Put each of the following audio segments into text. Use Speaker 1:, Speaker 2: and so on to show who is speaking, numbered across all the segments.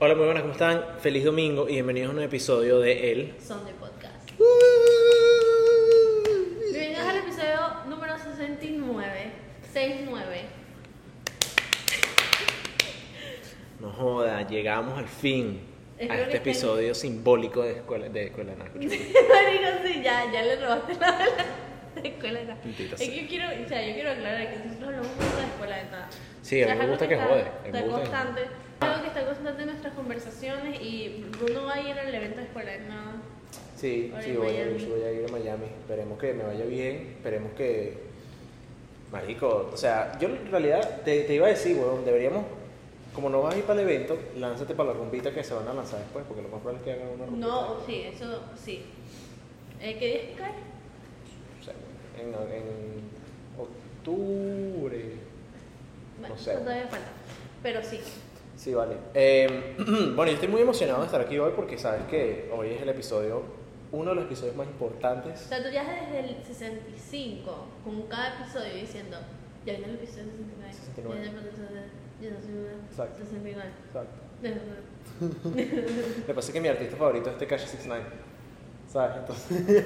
Speaker 1: Hola, muy buenas, ¿cómo están? Feliz domingo y bienvenidos a un nuevo episodio de El.
Speaker 2: Son de podcast. Bienvenidos al episodio número 69. 69.
Speaker 1: No joda, llegamos al fin a
Speaker 2: Espero
Speaker 1: este
Speaker 2: que estén-
Speaker 1: episodio simbólico de Escuela de, escuela de Narcos.
Speaker 2: Marico, sí, ya, ya le robaste la de la de escuela de nada.
Speaker 1: Maldita
Speaker 2: Es
Speaker 1: sea.
Speaker 2: que yo quiero, o sea, yo quiero aclarar que nosotros hablamos mucho de escuela de nada.
Speaker 1: Sí, a mí
Speaker 2: O sea, es
Speaker 1: me
Speaker 2: algo
Speaker 1: gusta que
Speaker 2: está-
Speaker 1: jode, a mí me gusta
Speaker 2: Está
Speaker 1: que jode.
Speaker 2: constante. Es algo que está constante en nuestras conversaciones y Bruno va a ir al evento de escuela de nada.
Speaker 1: Sí,
Speaker 2: Ahora
Speaker 1: sí,
Speaker 2: en
Speaker 1: voy a,
Speaker 2: Miami.
Speaker 1: ir, voy a ir a Miami. Esperemos que me vaya bien. Esperemos que. Marico, o sea, yo en realidad te, te iba a decir, weón, deberíamos. Como no vas a ir para el evento, lánzate para la rumbita que se van a lanzar después, porque lo más probable es que hagan una rumbita.
Speaker 2: No, sí, eso sí. Eh, ¿Qué día es que cae?
Speaker 1: O sea, en, en octubre.
Speaker 2: Bueno,
Speaker 1: No sé.
Speaker 2: eso todavía falta. Pero sí.
Speaker 1: Sí, vale. Eh, bueno, yo estoy muy emocionado de estar aquí hoy porque sabes que hoy es el episodio, uno de los episodios más
Speaker 2: O
Speaker 1: importantes.
Speaker 2: sea, tú ya desde el 65, con cada episodio diciendo, ya viene el episodio 69.
Speaker 1: 69.
Speaker 2: Ya viene el episodio 69.
Speaker 1: Exacto.
Speaker 2: 69.
Speaker 1: Exacto.
Speaker 2: Pero
Speaker 1: Lo que pasa es que mi artista favorito es este Tekashi 69. ¿Sabes? Entonces,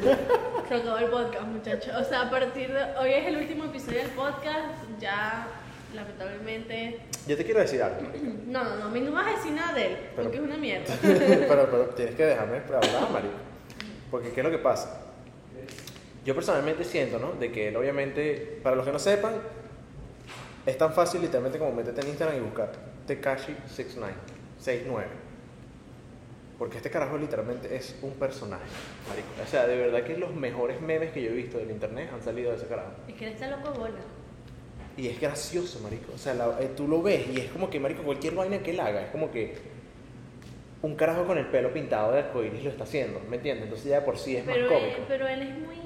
Speaker 2: Se acabó el podcast, muchachos. O sea, a partir de hoy es el último episodio del podcast, ya lamentablemente...
Speaker 1: yo te quiero decir algo, marico.
Speaker 2: No, no, no, a mí no me vas a decir nada de él,
Speaker 1: Pero-
Speaker 2: porque es una mierda.
Speaker 1: pero, pero tienes que dejarme hablar, marico. Porque, ¿qué es lo que pasa? Yo personalmente siento, ¿no? De que él, obviamente, para los que no sepan, es tan fácil literalmente como meterte en Instagram y buscar Tekashi 69, 69. Porque este carajo literalmente es un personaje, marico. O sea, de verdad que los mejores memes que yo he visto del internet han salido de ese carajo.
Speaker 2: Es que él está loco de bola.
Speaker 1: Y es gracioso, marico. O sea, la- eh, tú lo ves y es como que, marico, cualquier vaina que él haga, es como que un carajo con el pelo pintado de arcoíris lo está haciendo, ¿me entiendes? Entonces ya de por sí es
Speaker 2: Pero
Speaker 1: más
Speaker 2: él,
Speaker 1: cómico.
Speaker 2: pero él es muy,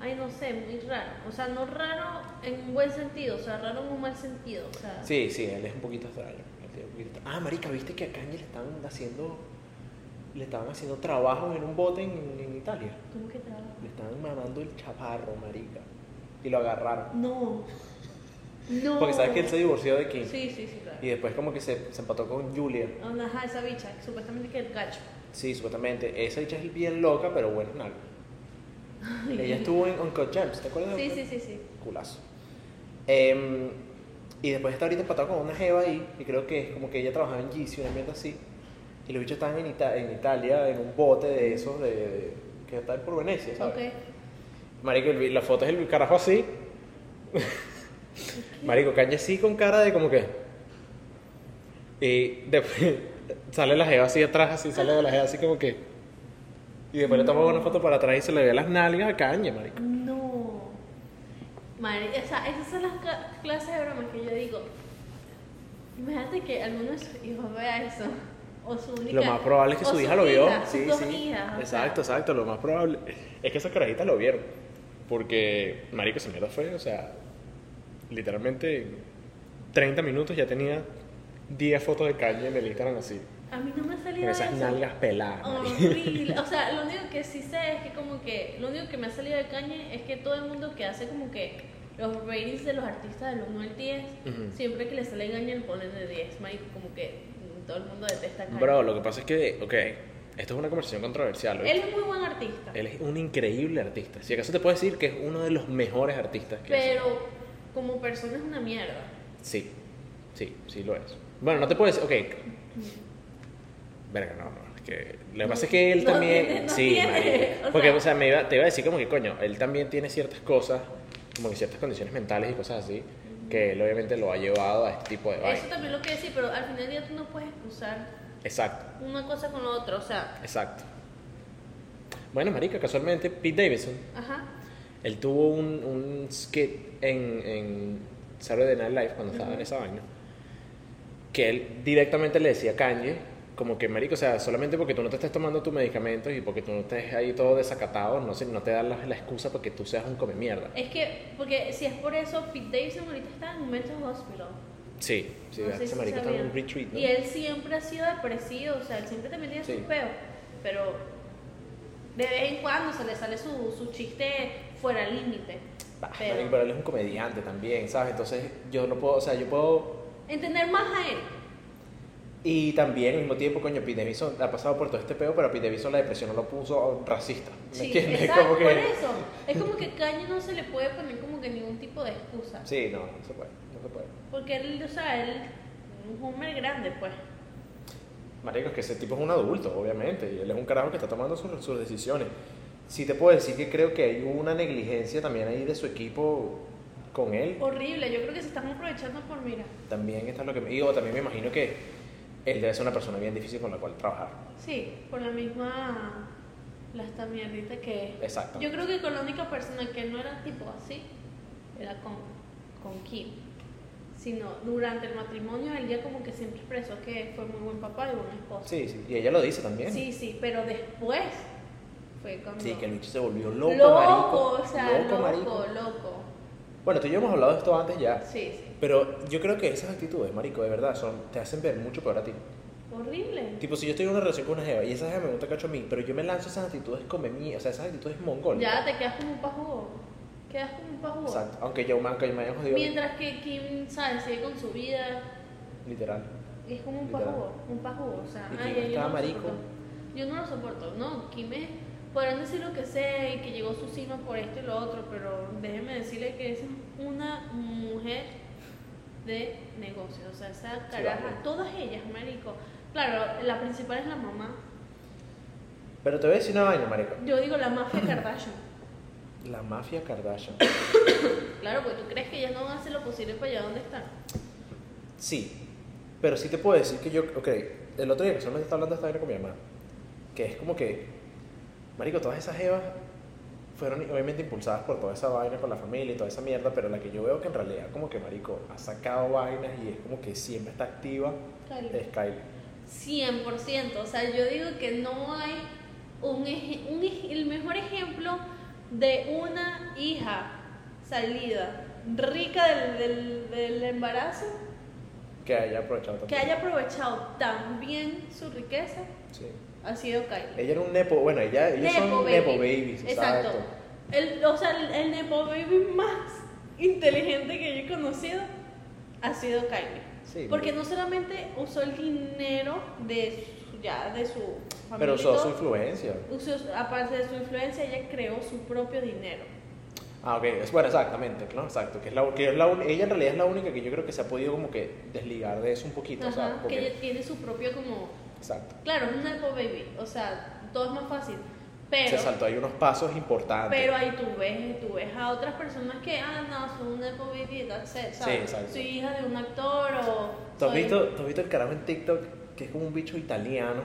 Speaker 2: ay no sé, muy raro. O sea, no raro en un buen sentido, o sea, raro en un mal sentido. O sea,
Speaker 1: Sí, sí, él es un poquito extraño. él es un poquito- Ah, marica, ¿viste que a Kanye le estaban haciendo, le estaban haciendo trabajos en un bote en, en Italia?
Speaker 2: ¿cómo que trabaja?
Speaker 1: Le estaban mamando el chaparro, marica. Y lo agarraron.
Speaker 2: No. No.
Speaker 1: Porque sabes que él se divorció de Kim.
Speaker 2: Sí, sí, sí, claro.
Speaker 1: Y después como que se, se empató con Julia.
Speaker 2: Ajá, esa bicha, que supuestamente que el gacho.
Speaker 1: Sí, supuestamente. Esa dicha es bien loca, pero bueno, nada. Ella estuvo en Uncut Gems, ¿te acuerdas? de
Speaker 2: Sí,
Speaker 1: Uncut
Speaker 2: sí, sí, sí.
Speaker 1: Culazo. Em, y después está ahorita empatado con una jeva ahí, y creo que es como que ella trabajaba en Yeezy, una mierda así. Y los bichos estaban en, Ita- en Italia, en un bote de esos de, de- que está por Venecia, ¿sabes?
Speaker 2: Ok.
Speaker 1: Marico, el vi- la foto es el carajo así. Marico, Kanye así con cara de como que... Y después sale la jeva así atrás, así sale de la jeva así como que... Y después le tomamos una foto para atrás y se le ve las nalgas a Kanye, marico.
Speaker 2: No. Madre, o sea, esas son las cla- clases de bromas que yo digo. Imagínate que alguno de sus hijos vea eso. O su única.
Speaker 1: Lo más probable es que
Speaker 2: o
Speaker 1: su hija
Speaker 2: sus
Speaker 1: lo vio.
Speaker 2: hijas, sus dos hijas, o sea.
Speaker 1: Exacto, exacto. Lo más probable es que esas carajitas lo vieron. Porque, marico, esa mierda fue, o sea, literalmente 30 minutos ya tenía 10 fotos de calle en el Instagram así.
Speaker 2: A mí no me ha
Speaker 1: Con
Speaker 2: salido
Speaker 1: esas
Speaker 2: eso.
Speaker 1: nalgas peladas. marico.
Speaker 2: Horrible. O sea, lo único que sí sé es que como que lo único que me ha salido de caña es que todo el mundo que hace como que los ratings de los artistas del 1 al 10,
Speaker 1: Ujú.
Speaker 2: siempre que le sale caña le ponen de 10, marico, como que mm, todo el mundo detesta a Kanye.
Speaker 1: Bro, lo que pasa es que, ok, esto es una conversación controversial. ¿oíste?
Speaker 2: Él es muy buen artista,
Speaker 1: Él es un increíble artista. Si acaso te puedo decir que es uno de los mejores artistas que existen.
Speaker 2: pero como persona es una mierda.
Speaker 1: Sí, sí, sí lo es. Bueno, no te puedes, ok. Verga, no, no, es que lo que pasa es que él
Speaker 2: No
Speaker 1: también,
Speaker 2: tiene, no
Speaker 1: sí,
Speaker 2: tiene,
Speaker 1: marico,
Speaker 2: o
Speaker 1: porque
Speaker 2: sea.
Speaker 1: o sea, me iba- te iba a decir como que coño, él también tiene ciertas cosas, como que ciertas condiciones mentales y cosas así, que él obviamente lo ha llevado a este tipo de
Speaker 2: Eso
Speaker 1: vaina.
Speaker 2: también lo que decir, pero al final del día tú no puedes excusar
Speaker 1: Exacto,
Speaker 2: una cosa con la otra, o sea,
Speaker 1: exacto. Bueno, marica, casualmente Pete Davidson,
Speaker 2: ajá.
Speaker 1: él tuvo un, un skit en, en Saturday Night Live cuando estaba en
Speaker 2: Ujú.
Speaker 1: esa vaina que él directamente le decía a Kanye como que marico o sea solamente porque tú no te estés tomando tus medicamentos y porque tú no estés ahí todo desacatado no sé, no te dan la, la excusa porque tú seas un come mierda
Speaker 2: Es que, porque si es por eso, Pete Davidson ahorita está en un mental hospital.
Speaker 1: sí sí
Speaker 2: No sé
Speaker 1: ese
Speaker 2: si
Speaker 1: marico está en
Speaker 2: sabían.
Speaker 1: un retreat ¿no?
Speaker 2: Y él siempre ha sido depresivo, o sea, él siempre también tiene
Speaker 1: Sí.
Speaker 2: sus peos, pero de vez en cuando se le sale su, su chiste fuera del límite.
Speaker 1: Bah,
Speaker 2: pero-
Speaker 1: marico, pero él es un comediante también sabes entonces yo no puedo o sea yo puedo
Speaker 2: Entender más a él.
Speaker 1: Y también al mismo tiempo, coño, Pete Davidson ha pasado por todo este peo, pero a Pete Davidson la depresión no lo puso racista. ¿Me
Speaker 2: Sí,
Speaker 1: entiendes?
Speaker 2: exacto,
Speaker 1: Como que-
Speaker 2: por eso. Es como que Kanye no se le puede poner como que ningún tipo de excusa.
Speaker 1: Sí, no, no se puede, no se puede.
Speaker 2: Porque él, o sea, él es un hombre grande, pues.
Speaker 1: Marico, es que ese tipo es un adulto, obviamente, y él es un carajo que está tomando sus, sus decisiones. Sí te puedo decir que creo que hay una negligencia también ahí de su equipo con él.
Speaker 2: Horrible, yo creo que se están aprovechando por, mira,
Speaker 1: También está lo que me digo, también me imagino que él debe ser una persona bien difícil con la cual trabajar.
Speaker 2: sí, por la misma, la esta mierdita que es.
Speaker 1: Exacto.
Speaker 2: Yo creo que con la única persona que no era tipo así, era con, con Kim. Sino durante el matrimonio, él ya como que siempre expresó que fue muy buen papá y buen esposo.
Speaker 1: Sí, sí, y ella lo dice también.
Speaker 2: sí, sí, pero después fue cuando...
Speaker 1: Sí, que Lucho se volvió loco, marico.
Speaker 2: o sea,
Speaker 1: loco,
Speaker 2: loco,
Speaker 1: marico.
Speaker 2: loco.
Speaker 1: Bueno, tú y yo hemos hablado de esto antes ya,
Speaker 2: Sí, sí.
Speaker 1: pero yo creo que esas actitudes, marico, de verdad, son te hacen ver mucho peor a ti.
Speaker 2: Horrible.
Speaker 1: Tipo, si yo estoy en una relación con una jeva y esa jeva me gusta cacho a mí, pero yo me lanzo esas actitudes come mía, o sea, esas actitudes mongol.
Speaker 2: Ya te quedas como un pajugo. Quedas como un pajugo.
Speaker 1: Exacto, aunque yo man, que me hayan jodido,
Speaker 2: Mientras que Kim, ¿sabes? Sigue con su vida.
Speaker 1: literal.
Speaker 2: Es como un
Speaker 1: Literal.
Speaker 2: pajugo. Un pajugo. O sea,
Speaker 1: Y
Speaker 2: ay,
Speaker 1: Kim
Speaker 2: ay, yo
Speaker 1: estaba
Speaker 2: no lo
Speaker 1: marico.
Speaker 2: soporto. Yo no lo soporto. No, Kim es... Podrán decir lo que sea y que llegó su sino por esto y lo otro, pero déjenme decirle que es una mujer de negocios. O sea, esa caraja,
Speaker 1: vale.
Speaker 2: todas ellas, marico. Claro, la principal es la mamá.
Speaker 1: Pero te voy a decir una vaina, marico.
Speaker 2: Yo digo la mafia Kardashian.
Speaker 1: La mafia Kardashian.
Speaker 2: Claro, porque tú crees que ellas no van a hacer lo posible para allá donde están.
Speaker 1: Sí, pero sí te puedo decir que yo, ok, el otro día que solamente estaba hablando esta vaina con mi mamá, que es como que, marico, todas esas jevas fueron obviamente impulsadas por toda esa vaina con la familia y toda esa mierda, pero la que yo veo que en realidad como que, marico, ha sacado vainas y es como que siempre está activa es Kylie.
Speaker 2: 100%. O sea, yo digo que no hay un, eje- un ej- el mejor ejemplo de una hija salida rica del, del- del embarazo
Speaker 1: Que haya aprovechado tanto.
Speaker 2: que haya aprovechado tan bien su riqueza
Speaker 1: Sí.
Speaker 2: ha sido Kylie.
Speaker 1: Ella era un nepo, bueno, ella, ellos son nepo babies,
Speaker 2: Exacto. El, o sea, el, el nepo baby más inteligente que yo he conocido ha sido Kylie.
Speaker 1: Sí,
Speaker 2: Porque no solamente usó el dinero de su, ya de su familia,
Speaker 1: pero
Speaker 2: y
Speaker 1: usó su
Speaker 2: todo,
Speaker 1: influencia.
Speaker 2: usó- aparte de su influencia, ella creó su propio dinero.
Speaker 1: Ah, ok, es, bueno, exactamente, ¿no? Exacto, que es la, que es la un- ella en realidad es la única que yo creo que se ha podido como que desligar de eso un poquito, o sea,
Speaker 2: Ajá,
Speaker 1: porque-
Speaker 2: que ella tiene su propio como,
Speaker 1: exacto.
Speaker 2: claro, es un nepo baby, o sea, todo es más fácil.
Speaker 1: Se
Speaker 2: Pero,
Speaker 1: saltó ahí unos pasos importantes.
Speaker 2: pero ahí tú ves, tú ves a otras personas que, ah, no, soy un nepo baby, that's it, ¿sabes?
Speaker 1: exacto.
Speaker 2: Soy hija de un actor o...
Speaker 1: ¿Tú has,
Speaker 2: soy-
Speaker 1: visto, tú has visto el carajo en TikTok que es como un bicho italiano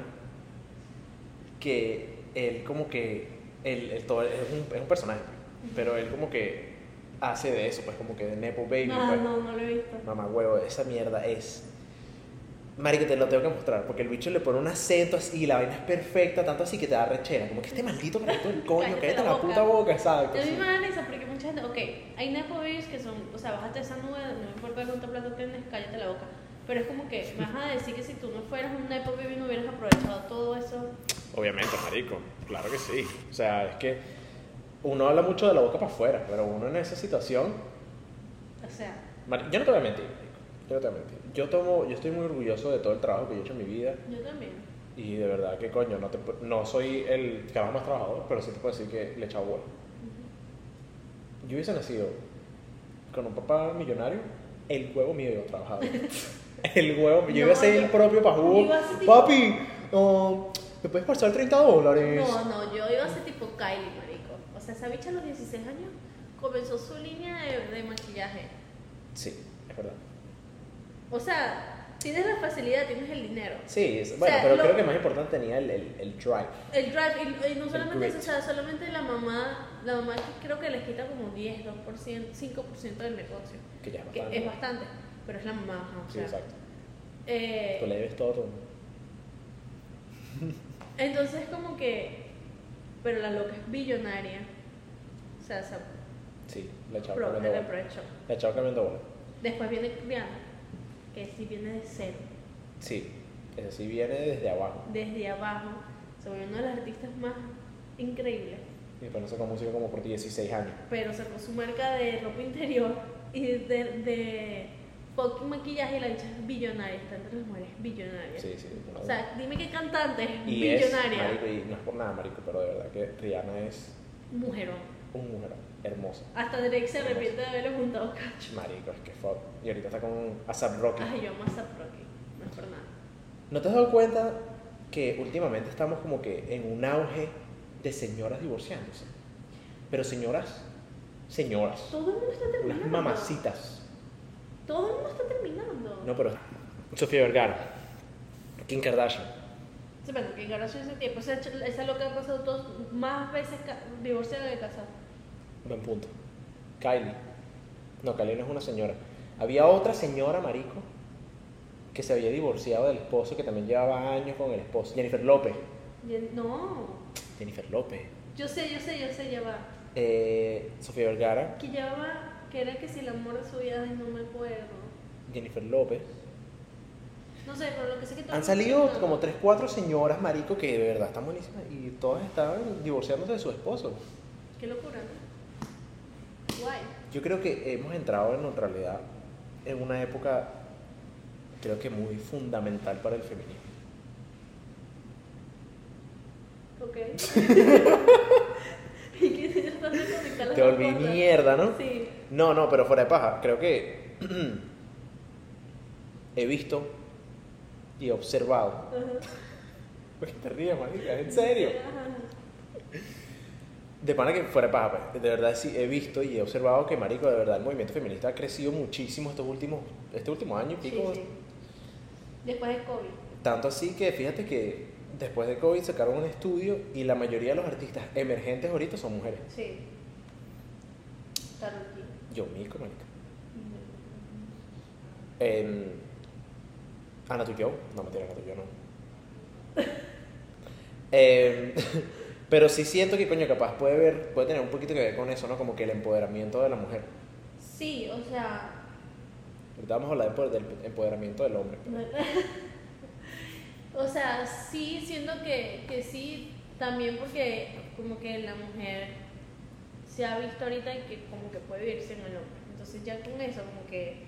Speaker 1: que él como que él, él todo- es, un, es un personaje, pues, pero él como que hace de eso, pues como que de nepo baby,
Speaker 2: No,
Speaker 1: pues.
Speaker 2: Ah, no, no lo he visto.
Speaker 1: Mamá huevo, esa mierda es. Marico, te lo tengo que mostrar, porque el bicho le pone un acento así y la vaina es perfecta, tanto así que te da rechera. Como que este maldito maldito el coño,
Speaker 2: Cállate
Speaker 1: cállate
Speaker 2: la
Speaker 1: la
Speaker 2: boca.
Speaker 1: puta boca, exacto.
Speaker 2: A mí
Speaker 1: sí.
Speaker 2: me da risa porque mucha gente, ok, hay nepo babies que son, o sea, bájate esa nube, no me importa cuánto plata tienes, cállate la boca. Pero es como que me vas a decir que si tú no fueras un nepo baby no hubieras aprovechado todo eso.
Speaker 1: Obviamente, marico, claro que sí. O sea, es que uno habla mucho de la boca para afuera, pero uno en esa situación.
Speaker 2: O sea,
Speaker 1: Mari- Yo no te voy a mentir, marico, yo no te voy a mentir. Yo, tomo, yo estoy muy orgulloso de todo el trabajo que yo he hecho en mi vida.
Speaker 2: yo también.
Speaker 1: Y de verdad que coño, no, te pu- no soy el carajo más trabajador, pero sí te puedo decir que le he echado bola. Yo hubiese nacido con un papá millonario, el huevo mío yo trabajado. el huevo mío. Yo
Speaker 2: No,
Speaker 1: iba a ser
Speaker 2: yo-
Speaker 1: el propio
Speaker 2: yo
Speaker 1: pajú.
Speaker 2: iba a ser tipo-
Speaker 1: Papi, um, ¿me puedes pasar 30 dólares?
Speaker 2: No, no, yo iba a ser tipo Kylie, marico. O sea, esa bicha a los 16 años comenzó su línea de, de maquillaje.
Speaker 1: Sí, es verdad.
Speaker 2: O sea, tienes la facilidad, tienes el dinero.
Speaker 1: Sí, es-
Speaker 2: O
Speaker 1: bueno,
Speaker 2: sea,
Speaker 1: pero
Speaker 2: lo-
Speaker 1: creo que más importante tenía el, el, el drive.
Speaker 2: El drive, y, y no
Speaker 1: El
Speaker 2: solamente eso,
Speaker 1: grit.
Speaker 2: o sea, solamente la mamá, la mamá que creo que les quita como 10, 2%, 5% del negocio,
Speaker 1: Que ya es
Speaker 2: que
Speaker 1: bastante.
Speaker 2: es bastante, pero es la mamá, ajá, o
Speaker 1: Sí,
Speaker 2: sea.
Speaker 1: exacto.
Speaker 2: eh,
Speaker 1: Tú le debes todo. tú.
Speaker 2: entonces como que, pero la loca es billonaria, o sea, se
Speaker 1: Sí, le he echado
Speaker 2: apro-
Speaker 1: cambiando
Speaker 2: le
Speaker 1: bola.
Speaker 2: aprovechó.
Speaker 1: Le he echado cambiando bola.
Speaker 2: Después viene Rihanna, que sí viene de cero,
Speaker 1: Sí, ese sí viene desde abajo.
Speaker 2: desde abajo, se volvió uno de los artistas más increíbles,
Speaker 1: Y después no sacó música como por 16 años.
Speaker 2: pero sacó su marca de ropa interior y de, de fucking maquillaje y la bicha es billonaria, está entre las mujeres billonarias.
Speaker 1: Sí, sí. no.
Speaker 2: O sea, dime qué cantante es
Speaker 1: y
Speaker 2: billonaria.
Speaker 1: Es, marico, y no es por nada, marico, pero de verdad que Rihanna es
Speaker 2: Mujerón.
Speaker 1: un mujer hermosa.
Speaker 2: Hasta Drake se arrepiente de haberlo juntado cacho.
Speaker 1: Marico, es que fuck. Y ahorita está con ASAP Rocky.
Speaker 2: Ay, yo amo a Sap Rocky, no es por nada.
Speaker 1: ¿No te has dado cuenta que últimamente estamos como que en un auge de señoras divorciándose? Pero señoras, señoras,
Speaker 2: Todo el mundo está terminando.
Speaker 1: unas mamacitas.
Speaker 2: Todo el mundo está terminando.
Speaker 1: No, pero Sofía Vergara, Kim Kardashian.
Speaker 2: Sí, pero que Kardashian ese tiempo, esa, ch- esa loca ha pasado dos, más veces ca- divorciada que casada.
Speaker 1: Buen punto. Kylie. No, Kylie no es una señora. Había otra señora, marico, que se había divorciado del esposo, que también llevaba años con el esposo. Jennifer López.
Speaker 2: Y él- No,
Speaker 1: Jennifer López.
Speaker 2: yo sé, yo sé, yo sé, ya va.
Speaker 1: Eh, Sofía Vergara.
Speaker 2: Que ya va, que era que si el amor de su vida, ay, no me acuerdo.
Speaker 1: Jennifer López.
Speaker 2: No sé, pero lo que sé que todo
Speaker 1: Han
Speaker 2: el mundo
Speaker 1: salido
Speaker 2: está
Speaker 1: como tres, cuatro señoras, marico, que de verdad están buenísimas. Y todas estaban divorciándose de su esposo.
Speaker 2: terminando. Qué locura, ¿no? Guay.
Speaker 1: Yo creo que hemos entrado en realidad en una época, creo que muy fundamental para el feminismo.
Speaker 2: Ok. y que yo también conectar las
Speaker 1: Te
Speaker 2: dos
Speaker 1: volví
Speaker 2: cosas.
Speaker 1: mierda, ¿no?
Speaker 2: Sí.
Speaker 1: No, no, pero fuera de paja, creo que he visto y observado.
Speaker 2: Ajá.
Speaker 1: Porque te ríes, marica, en serio.
Speaker 2: Ajá.
Speaker 1: De pana que fuera de paja, pues, de verdad sí he visto y he observado que, marico, de verdad el movimiento feminista ha crecido muchísimo estos últimos, este último año y
Speaker 2: Sí,
Speaker 1: pico.
Speaker 2: sí. Después de COVID.
Speaker 1: Tanto así que fíjate que después de COVID sacaron un estudio y la mayoría de los artistas emergentes ahorita son mujeres.
Speaker 2: Sí. Taruki.
Speaker 1: Yo, mico, marica. Eh, Ana Tuyo, no mentira, Ana Tuyo no. Em, pero sí siento que, coño, capaz puede ver, puede tener un poquito que ver con eso, ¿no? Como que el empoderamiento de la mujer.
Speaker 2: Sí, o sea.
Speaker 1: Ahorita vamos a hablar empo- del empoderamiento del hombre. pero-
Speaker 2: o sea, sí, siento que, que sí, también porque como que la mujer se ha visto ahorita que como que puede vivirse en el hombre. Entonces ya con eso como que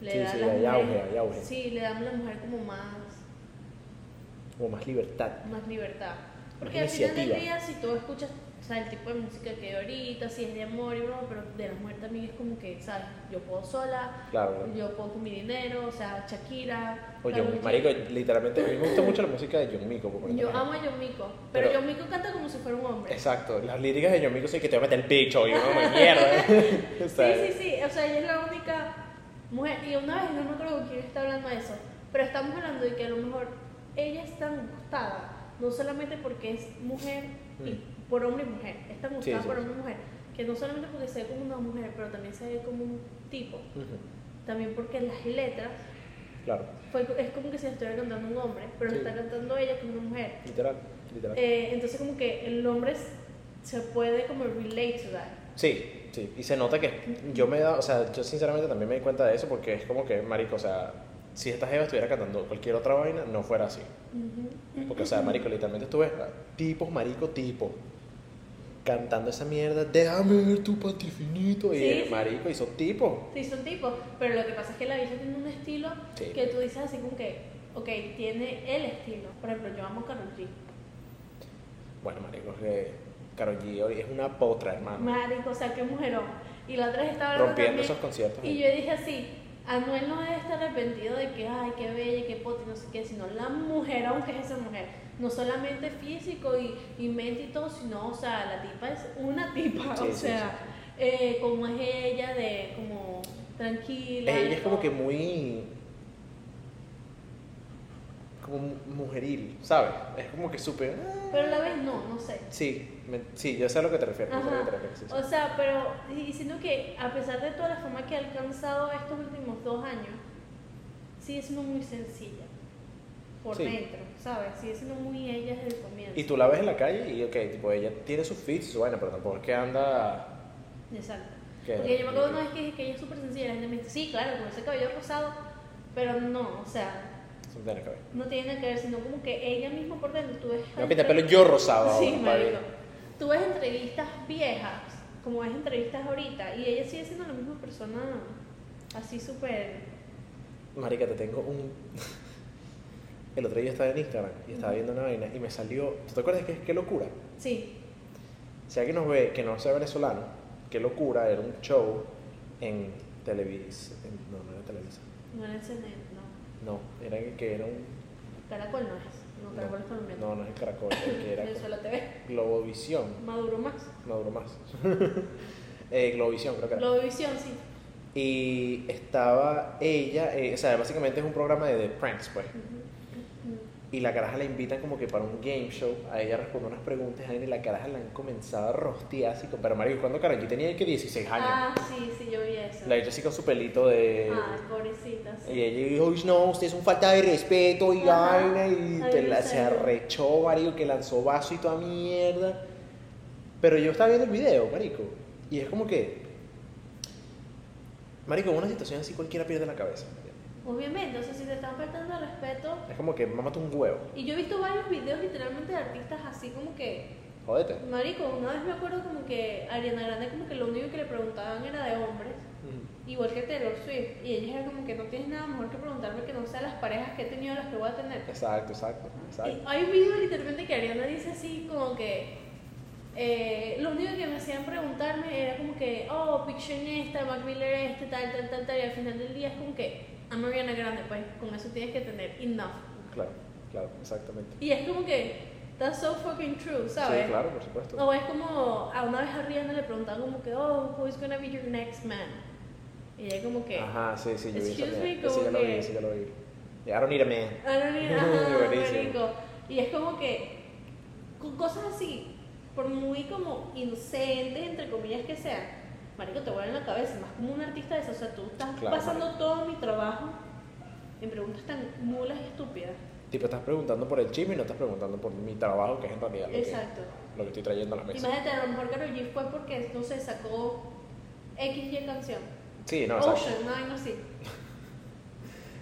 Speaker 2: le
Speaker 1: Sí,
Speaker 2: da
Speaker 1: sí,
Speaker 2: a las
Speaker 1: hay auge,
Speaker 2: mujeres-
Speaker 1: hay auge.
Speaker 2: Sí, le dan a la mujer como más
Speaker 1: Como más libertad.
Speaker 2: más libertad. Porque
Speaker 1: Más
Speaker 2: al final del
Speaker 1: iniciativa.
Speaker 2: día, si tú escuchas, o sea, el tipo de música que hay ahorita, si es de amor y broma, pero de la mujer también es como que, ¿sabes? Yo puedo sola,
Speaker 1: Claro. ¿no?
Speaker 2: yo puedo con mi dinero, o sea, Shakira.
Speaker 1: O
Speaker 2: Karol
Speaker 1: John,
Speaker 2: G.
Speaker 1: marico, literalmente, a mí me gusta mucho la música de John Mico. por poner
Speaker 2: Yo
Speaker 1: ejemplo.
Speaker 2: amo a John Mico, pero,
Speaker 1: Pero-
Speaker 2: John Mico canta como si fuera un hombre.
Speaker 1: Exacto, las líricas de John Mico sí que te voy a meter el bicho y uno me mierda. O
Speaker 2: Sí,
Speaker 1: sea,
Speaker 2: sí, sí, o sea, ella es la única mujer, y una vez, no me acuerdo con quién está hablando de eso, pero estamos hablando de que a lo mejor ella es tan gustada, no solamente porque es mujer y-
Speaker 1: Mm.
Speaker 2: por hombre y mujer, es tan gustada
Speaker 1: Sí, sí,
Speaker 2: por
Speaker 1: sí.
Speaker 2: hombre y mujer, que no solamente porque se ve como una mujer, pero también se ve como un tipo,
Speaker 1: Ujú,
Speaker 2: también porque las letras
Speaker 1: Claro,
Speaker 2: fue, es como que si la estuviera cantando un hombre, pero
Speaker 1: Sí.
Speaker 2: la está cantando ella como una mujer.
Speaker 1: literal, literal.
Speaker 2: Eh, entonces como que el hombre s- se puede como relate to that.
Speaker 1: Sí, sí, y se nota que yo me da, o sea, yo sinceramente también me di cuenta de eso porque es como que, marico, o sea, si esta jeva estuviera cantando cualquier otra vaina, no fuera así. Porque, o sea, marico, literalmente tú ves a tipos, marico, tipo, cantando esa mierda, déjame ver tu patifinito, y
Speaker 2: Sí,
Speaker 1: el
Speaker 2: sí.
Speaker 1: marico hizo tipo.
Speaker 2: Sí, son tipos, pero lo que pasa es que la bicha tiene un estilo
Speaker 1: Sí.
Speaker 2: que tú dices así como que, ok, tiene el estilo. Por ejemplo, yo amo a Karol G.
Speaker 1: Bueno, marico, es que Karol G hoy es una potra, hermano,
Speaker 2: Marico, o sea, qué mujerón. Y la otra vez estaba hablando
Speaker 1: Ah. rompiendo eh.
Speaker 2: también,
Speaker 1: esos conciertos.
Speaker 2: Y yo dije así, Anuel no debe estar arrepentido de que, ay, qué bella, qué poti, no sé qué, sino la mujer, aunque es esa mujer. No solamente físico y, y mente y todo, sino, o sea, la tipa es una tipa,
Speaker 1: Sí, sí,
Speaker 2: o sea, eh, como es ella, de como tranquila. y
Speaker 1: Ella es como
Speaker 2: todo.
Speaker 1: que muy. como mu- mujeril, ¿sabes? Es como que súper.
Speaker 2: Pero a la vez no, no sé.
Speaker 1: Sí, me- sí, yo sé a lo que te refieres. yo sé a lo que te
Speaker 2: Ajá.
Speaker 1: refieres, sí, sí.
Speaker 2: O sea, pero y- y siento que a pesar de toda la fama que ha alcanzado estos últimos dos años, sigue siendo muy sencilla por
Speaker 1: Sí.
Speaker 2: dentro, ¿sabes? Sigue siendo muy ella desde el comienzo.
Speaker 1: Y tú la ves en la calle y, ok, tipo, ella tiene sus fits y su vaina, pero tampoco es que anda.
Speaker 2: Exacto.
Speaker 1: que-
Speaker 2: Porque yo me acuerdo una vez que dije que ella es súper sencilla, la gente me dice, sí, claro, con ese cabello rosado, pero no, o sea,
Speaker 1: Se me tiene que ver.
Speaker 2: no tiene nada que ver, sino como que ella misma por dentro, tú ves...
Speaker 1: Me pinta el pelo yo rosado.
Speaker 2: Sí,
Speaker 1: ahora, para
Speaker 2: marico.
Speaker 1: ver.
Speaker 2: Tú ves entrevistas viejas, como ves entrevistas ahorita, y ella sigue siendo la misma persona, así súper
Speaker 1: Marica, te tengo un. El otro día estaba en Instagram y estaba viendo una vaina y me salió. ¿Tú te acuerdas qué, qué locura?
Speaker 2: Sí.
Speaker 1: Si alguien nos ve que no sea venezolano, qué locura, era un show en Televisa. en- No, no era Televisa.
Speaker 2: No era el CNN, no.
Speaker 1: No, era que era un.
Speaker 2: Caracol no es. No, Caracol es colombiano.
Speaker 1: No, no es el Caracol, era que era
Speaker 2: Venezuela TV.
Speaker 1: Globovisión.
Speaker 2: Maduro más.
Speaker 1: No duró más. eh, Globovisión, creo que era.
Speaker 2: Globovisión, sí.
Speaker 1: Y estaba ella, eh, o sea, básicamente es un programa de, de pranks, pues. Y la caraja la invitan como que para un game show. A ella responde unas preguntas y la caraja la han comenzado a rostear. Así, como, pero Mario, ¿cuándo carajo? Yo tenía que 16 años.
Speaker 2: Ah, sí, sí, yo vi eso.
Speaker 1: La he hecho así con su pelito de.
Speaker 2: Ah, pobrecita, sí.
Speaker 1: Y ella dijo, "Uy, no, usted es un falta de respeto y
Speaker 2: Ajá.
Speaker 1: vaina, y
Speaker 2: Ay,
Speaker 1: te
Speaker 2: no
Speaker 1: la-
Speaker 2: sé.
Speaker 1: se arrechó, marico, que lanzó vaso y toda mierda. Pero yo estaba viendo el video, marico, y es como que, marico, en una situación así cualquiera pierde la cabeza.
Speaker 2: Obviamente, o sea, si te están faltando el respeto.
Speaker 1: Es como que mamate un huevo,
Speaker 2: Y yo he visto varios videos literalmente de artistas así como que,
Speaker 1: jódete.
Speaker 2: marico, una vez me acuerdo como que Ariana Grande como que lo único que le preguntaban era de hombres, igual que Taylor Swift, y ella era como que no tienes nada mejor que preguntarme que no sea las parejas que he tenido las que voy a tener.
Speaker 1: Exacto, exacto,
Speaker 2: Y
Speaker 1: exacto.
Speaker 2: hay un video literalmente que Ariana dice así como que eh, lo único que me hacían preguntarme era como que, oh, Piction esta, Mac Miller este, tal, tal, tal, tal, y al final del día es como que, I'm Ariana Grande, pues con eso tienes que tener enough.
Speaker 1: Claro, claro, exactamente.
Speaker 2: Y es como que, that's so fucking true, ¿sabes?
Speaker 1: Sí, claro, por supuesto.
Speaker 2: O es como, a una vez a Rihanna le preguntaban como que, oh, who's gonna be your next man? Y ella como que,
Speaker 1: Ajá, sí, sí, yo vi esa
Speaker 2: Excuse me,
Speaker 1: mierda. Ese
Speaker 2: como
Speaker 1: ya lo vi,
Speaker 2: que-
Speaker 1: ese ya lo vi. I don't need a man.
Speaker 2: I don't need- ajá,
Speaker 1: Buenísimo.
Speaker 2: marico. Y es como que, con cosas así, por muy como inocentes, entre comillas que sean, marico, te vuelan la cabeza, más como un artista de eso, o sea, tú estás
Speaker 1: Claro,
Speaker 2: pasando
Speaker 1: marico.
Speaker 2: todo mi trabajo en preguntas tan mulas y estúpidas.
Speaker 1: Tipo, estás preguntando por el chisme y no estás preguntando por mi trabajo, que es en realidad lo,
Speaker 2: Exacto.
Speaker 1: que, lo que estoy trayendo a la mesa.
Speaker 2: Imagínate, a lo mejor Karol G fue porque, no sé, sacó X y canción.
Speaker 1: Sí,
Speaker 2: Oh,
Speaker 1: no, exacto.
Speaker 2: Ocean, no, no, sí.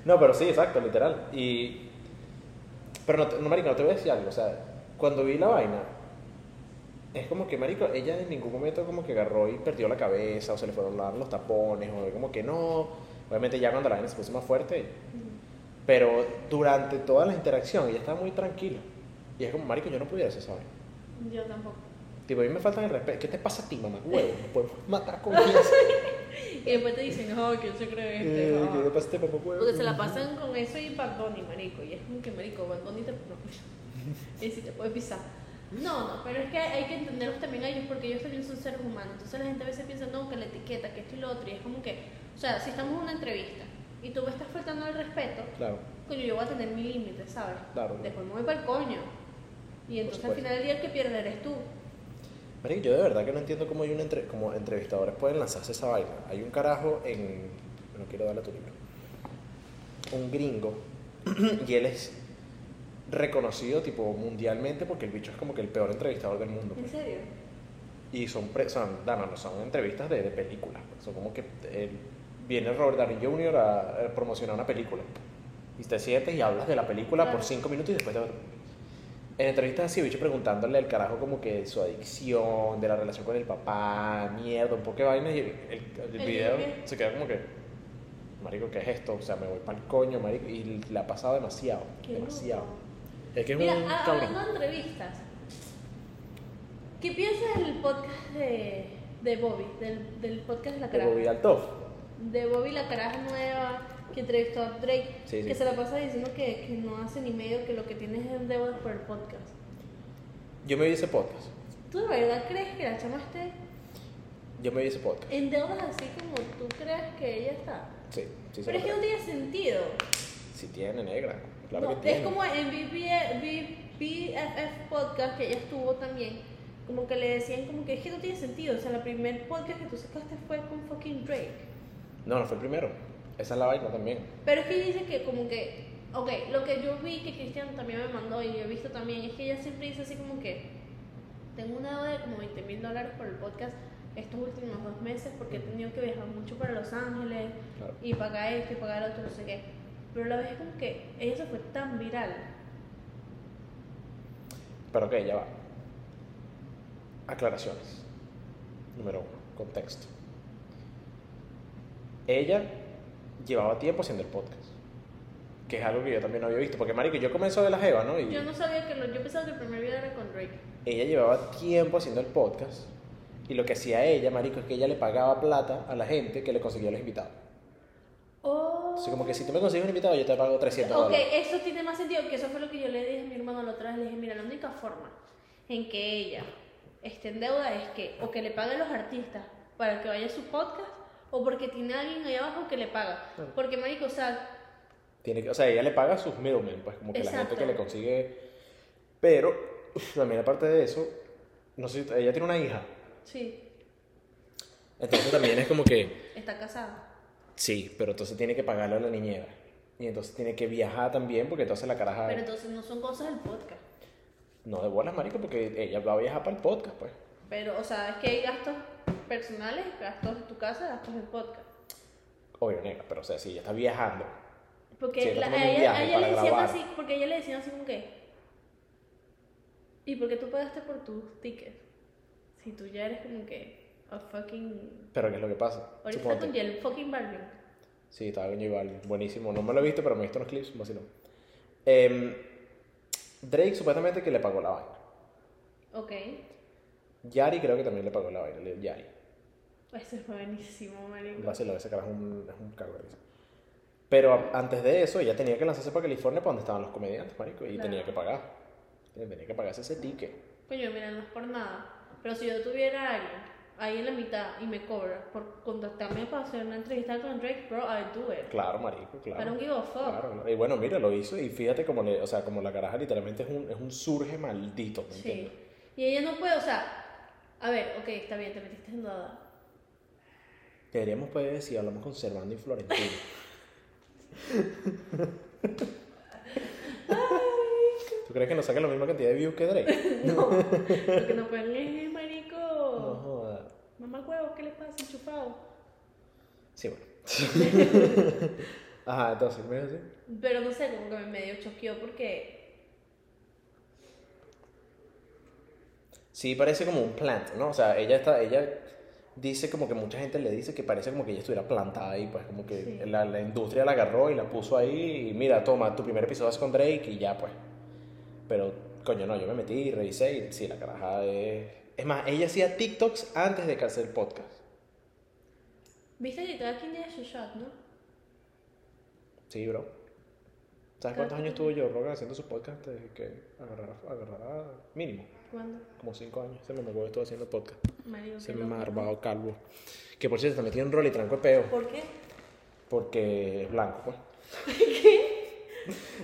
Speaker 1: No, pero sí, exacto, literal. Y... Pero no, te- no, marico, no te voy a decir algo. O sea, cuando vi la vaina, es como que, marico, ella en ningún momento como que agarró y perdió la cabeza, o se le fueron a dar los tapones, o como que no. Obviamente ya cuando la vaina se puso más fuerte, pero durante toda la interacción ella estaba muy tranquila. Y es como, marico, yo no pudiera hacer esa vaina.
Speaker 2: Yo tampoco.
Speaker 1: Tipo, a mí me faltan el respeto. ¿Qué te pasa a ti, mamá? Huevo, me puedes matar con eso.
Speaker 2: Y después te dicen, oh, ¿quién se cree este?
Speaker 1: Eh,
Speaker 2: Ah.
Speaker 1: que le pasa a este papá, huevo.
Speaker 2: Porque se la pasan con eso y Bad Bunny, marico. Y es como que, marico, Bad Bunny te... no. y si te puede pisar. No, no, pero es que hay que entenderlos también a ellos porque ellos también son seres humanos. Entonces la gente a veces piensa, no, que la etiqueta, que esto y lo otro. Y es como que, o sea, si estamos en una entrevista y tú me estás faltando el respeto,
Speaker 1: Claro,
Speaker 2: coño, yo voy a tener mi límite, ¿sabes?
Speaker 1: claro.
Speaker 2: Después me voy para el coño. Y entonces al
Speaker 1: supuesto.
Speaker 2: final del día el que pierde eres tú.
Speaker 1: Marico, yo de verdad que no entiendo cómo, hay una entre- cómo entrevistadores pueden lanzarse esa vaina. Hay un carajo en... No quiero darle tu libro. Un gringo. y él es reconocido tipo mundialmente porque el bicho es como que el peor entrevistador del mundo. pues.
Speaker 2: ¿En serio?
Speaker 1: Y son, pre- son, no, no, no, son entrevistas de, de películas. pues. Son como que él- viene Robert Downey Jr. A, a promocionar una película. Y te sientes y hablas de la película por
Speaker 2: Claro.
Speaker 1: cinco minutos y después te vas. En entrevistas así, bicho preguntándole al carajo como que su adicción, de la relación con el papá, mierda, un poco de vaina. Y el, el- el
Speaker 2: El
Speaker 1: video
Speaker 2: video.
Speaker 1: se queda como que, Marico, ¿qué es esto? O sea, me voy para el coño, Marico. Y le ha pasado demasiado,
Speaker 2: Qué
Speaker 1: demasiado.
Speaker 2: loco.
Speaker 1: Es que es
Speaker 2: Mira,
Speaker 1: un
Speaker 2: ah,
Speaker 1: cabrón.
Speaker 2: hablando de entrevistas, ¿qué piensas del podcast de, de Bobby? Del, del podcast de la
Speaker 1: Que
Speaker 2: caraja.
Speaker 1: Bobby Altov.
Speaker 2: De Bobby la caraja nueva, que entrevistó a Drake,
Speaker 1: Sí, sí.
Speaker 2: que se la pasa diciendo que, que no hace ni medio, que lo que tiene es deudas por el podcast.
Speaker 1: Yo me vi ese podcast.
Speaker 2: ¿Tú de verdad crees que la chama esté
Speaker 1: Yo me vi ese podcast.
Speaker 2: en deudas así como tú crees que ella está?
Speaker 1: Sí, sí, se lo
Speaker 2: Pero es que
Speaker 1: creo.
Speaker 2: no tiene sentido.
Speaker 1: Si tiene negra, claro
Speaker 2: No,
Speaker 1: que tiene.
Speaker 2: Es como en BB B- BFF Podcast, que ella estuvo también, como que le decían como que es que no tiene sentido, o sea, el primer podcast que tú sacaste fue con fucking Drake.
Speaker 1: No, no fue el primero. Esa es la vaina también.
Speaker 2: Pero es que ella dice que como que, ok, lo que yo vi que Cristian también me mandó y yo he visto también, es que ella siempre dice así como que, tengo una deuda de como 20 mil dólares por el podcast estos últimos dos meses porque he tenido que viajar mucho para Los Ángeles
Speaker 1: Mm. Claro.
Speaker 2: y pagar esto y pagar lo otro, no sé qué. Pero la vez es como que ella se fue tan viral
Speaker 1: Pero ok, ya va. Aclaraciones. Número uno, contexto. Ella llevaba tiempo haciendo el podcast. que es algo que yo también no había visto. Porque, marico, yo comencé de la Jeva, ¿no? Y
Speaker 2: Yo no sabía que lo. Yo pensaba que el primer video era con Drake.
Speaker 1: ella llevaba tiempo haciendo el podcast. Y lo que hacía ella, marico, es que ella le pagaba plata a la gente que le conseguía los invitados.
Speaker 2: Oh.
Speaker 1: Así como que si tú me consigues un invitado, yo te pago 300
Speaker 2: Ok,
Speaker 1: dólares.
Speaker 2: eso tiene más sentido, que eso fue lo que yo le dije a mi hermano la otra vez. Le dije, mira, la única forma en que ella esté en deuda es que o que le paguen los artistas para que vaya a su podcast o porque tiene alguien ahí abajo que le paga. Porque, marico, o sea,
Speaker 1: Tiene que, o sea, ella le paga a sus middlemen, pues como que la gente
Speaker 2: Exacto.
Speaker 1: que le consigue. Pero, también aparte de eso, no sé, si- ella tiene una hija.
Speaker 2: sí,
Speaker 1: Entonces también es como que.
Speaker 2: está casada.
Speaker 1: Sí, pero entonces tiene que pagarle a la niñera. Y entonces tiene que viajar también, porque entonces la caraja.
Speaker 2: Pero entonces no son cosas del podcast.
Speaker 1: No de bolas, marico, porque ella va a viajar para el podcast, pues.
Speaker 2: Pero, o sea, es que hay gastos personales, gastos de tu casa, gastos del podcast.
Speaker 1: Obvio, negra, pero o sea, si ella está viajando. Sí,
Speaker 2: Porque
Speaker 1: está
Speaker 2: la-
Speaker 1: tomando
Speaker 2: a
Speaker 1: un
Speaker 2: ella, a
Speaker 1: viaje
Speaker 2: ella le
Speaker 1: para
Speaker 2: decían
Speaker 1: grabar.
Speaker 2: así, porque a ella le decían así como que. ¿Y por qué tú pagaste por tus tickets? Si tú ya eres como que a fucking.
Speaker 1: Pero ¿qué es lo que pasa?
Speaker 2: Ahorita está
Speaker 1: Suponte.
Speaker 2: con el fucking Barbie.
Speaker 1: Sí, estaba con J Balvin. Buenísimo. No me lo he visto, pero me he visto unos clips, más Em, Drake supuestamente que le pagó la vaina.
Speaker 2: Ok.
Speaker 1: Yari creo que también le pagó la vaina. le- Yari.
Speaker 2: Ese fue buenísimo, marico.
Speaker 1: Vacilo, ese carajo es un, es un cago de risa. Pero a- antes de eso, ella tenía que lanzarse para California, para donde estaban los comediantes, marico, y
Speaker 2: Claro.
Speaker 1: tenía que pagar. Eh, Tenía que pagarse ese ticket.
Speaker 2: Coño, mira, no es por nada. Pero si yo tuviera a alguien ahí en la mitad y me cobra por contactarme para hacer una entrevista con Drake, bro, I do it.
Speaker 1: Claro, marico, claro.
Speaker 2: I don't give a fuck.
Speaker 1: Claro, claro. Y bueno, mira, lo hizo y fíjate como, le, o sea, como la caraja literalmente es un, es un surge maldito, ¿me
Speaker 2: Sí.
Speaker 1: entiendes?
Speaker 2: Y ella no puede, o sea. A ver, ok, está bien, te metiste en nada.
Speaker 1: Deberíamos poder decir, hablamos con Servando y Florentino. ¿Tú crees que nos saquen la misma cantidad de views que Drake?
Speaker 2: No, lo que no pueden es, marico.
Speaker 1: No joda.
Speaker 2: Mamá huevo, ¿qué le pasa? Enchufado.
Speaker 1: Sí, bueno. Ajá, entonces, ¿me ibas a decir?
Speaker 2: Pero no sé, como que me medio choqueó porque.
Speaker 1: Sí, parece como un plant, ¿no? O sea, ella está, ella dice como que mucha gente le dice que parece como que ella estuviera plantada ahí, pues como que
Speaker 2: Sí.
Speaker 1: la, la industria la agarró y la puso ahí y mira, toma, tu primer episodio es con Drake y ya, pues. Pero, coño, no, yo me metí, revisé y sí, la caraja es... Es más, ella hacía TikToks antes de que hacer el podcast.
Speaker 2: ¿Viste que cada quien tiene su shot, no?
Speaker 1: Sí, bro. ¿Sabes cuántos años tuvo yo, Rogan, haciendo su podcast desde que agarrara, agarrara mínimo?
Speaker 2: ¿Cuándo?
Speaker 1: Como cinco años. Se me mamó estuvo haciendo podcast.
Speaker 2: Marico.
Speaker 1: Ese
Speaker 2: qué loco.
Speaker 1: marvado calvo. Que por cierto, también tiene un rol y tranco de peo.
Speaker 2: ¿Por qué?
Speaker 1: Porque es blanco, pues.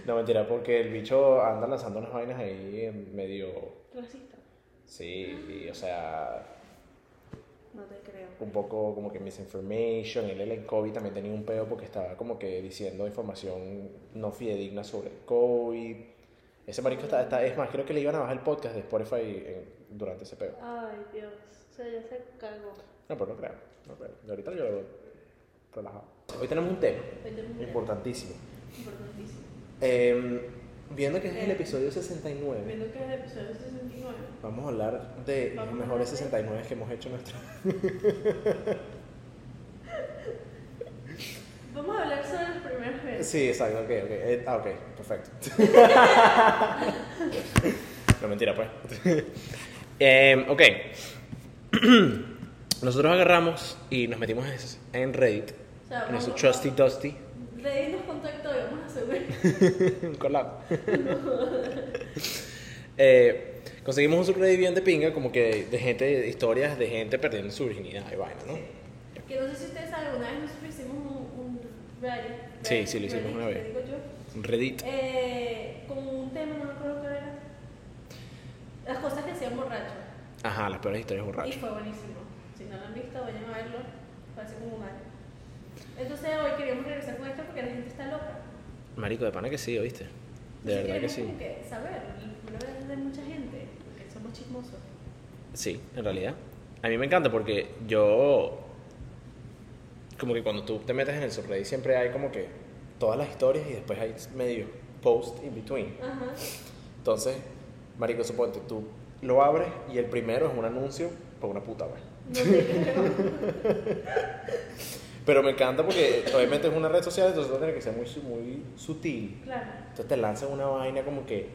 Speaker 1: No, mentira, porque el bicho anda lanzando unas vainas ahí en medio.
Speaker 2: Racista.
Speaker 1: Sí, y, o sea,
Speaker 2: No te creo.
Speaker 1: un poco como que misinformation. Él en el COVID también tenía un peo porque estaba como que diciendo información no fidedigna sobre el COVID. Ese marico está, está- Es más, creo que le iban a bajar el podcast de Spotify en- durante ese peo.
Speaker 2: Ay, Dios. O sea, ya se cagó.
Speaker 1: No, pero no creo. No creo. Y ahorita yo lo veo relajado. Hoy tenemos un tema
Speaker 2: Hoy tenemos un tema
Speaker 1: importantísimo.
Speaker 2: importantísimo.
Speaker 1: Eh, viendo que es el episodio 69,
Speaker 2: Viendo que es el episodio 69.
Speaker 1: vamos a hablar de los
Speaker 2: Vamos a
Speaker 1: mejores
Speaker 2: hablar
Speaker 1: 69 que hemos hecho en nuestra.
Speaker 2: Vamos a hablar sobre los primeros meses.
Speaker 1: Sí, exacto, ok, ok. eh, ah, ok, perfecto. no, mentira, pues. Eh, ok. Nosotros agarramos y nos metimos en Reddit,
Speaker 2: O sea,
Speaker 1: en ese
Speaker 2: vamos-
Speaker 1: Trusty Dusty,
Speaker 2: Reddit nos contactó y vamos a subir.
Speaker 1: un collab. Eh, conseguimos un subreddit bien de pinga, como que de gente, de historias de gente perdiendo su virginidad y vaina, ¿no?
Speaker 2: Que no sé si ustedes saben, una vez nosotros hicimos un, un Reddit.
Speaker 1: Sí, sí, lo hicimos
Speaker 2: Reddit,
Speaker 1: una
Speaker 2: que
Speaker 1: vez.
Speaker 2: digo yo,
Speaker 1: Reddit.
Speaker 2: eh, con un tema, no me acuerdo cuál era. Las cosas que hacían borrachos.
Speaker 1: Ajá, las peores historias borrachos.
Speaker 2: Y fue buenísimo. Si no lo han visto, vayan a verlo. Parece como un año. Entonces hoy queríamos regresar con esto porque la gente está loca.
Speaker 1: Marico, de pana que sí, ¿oíste? De
Speaker 2: Entonces
Speaker 1: verdad que
Speaker 2: queremos
Speaker 1: sí.
Speaker 2: como que saber, y lo verdad es de mucha gente, porque somos chismosos.
Speaker 1: Sí, en realidad. A mí me encanta porque yo... Como que cuando tú te metes en el subreddit siempre hay como que todas las historias y después hay medio post in between.
Speaker 2: Ajá.
Speaker 1: Entonces, marico, suponte, tú lo abres y el primero es un anuncio por una puta, güey.
Speaker 2: No te creo.
Speaker 1: Pero me encanta porque obviamente es una red social, entonces uno tiene que ser muy, su- muy sutil.
Speaker 2: Claro.
Speaker 1: Entonces te lanzan una vaina como que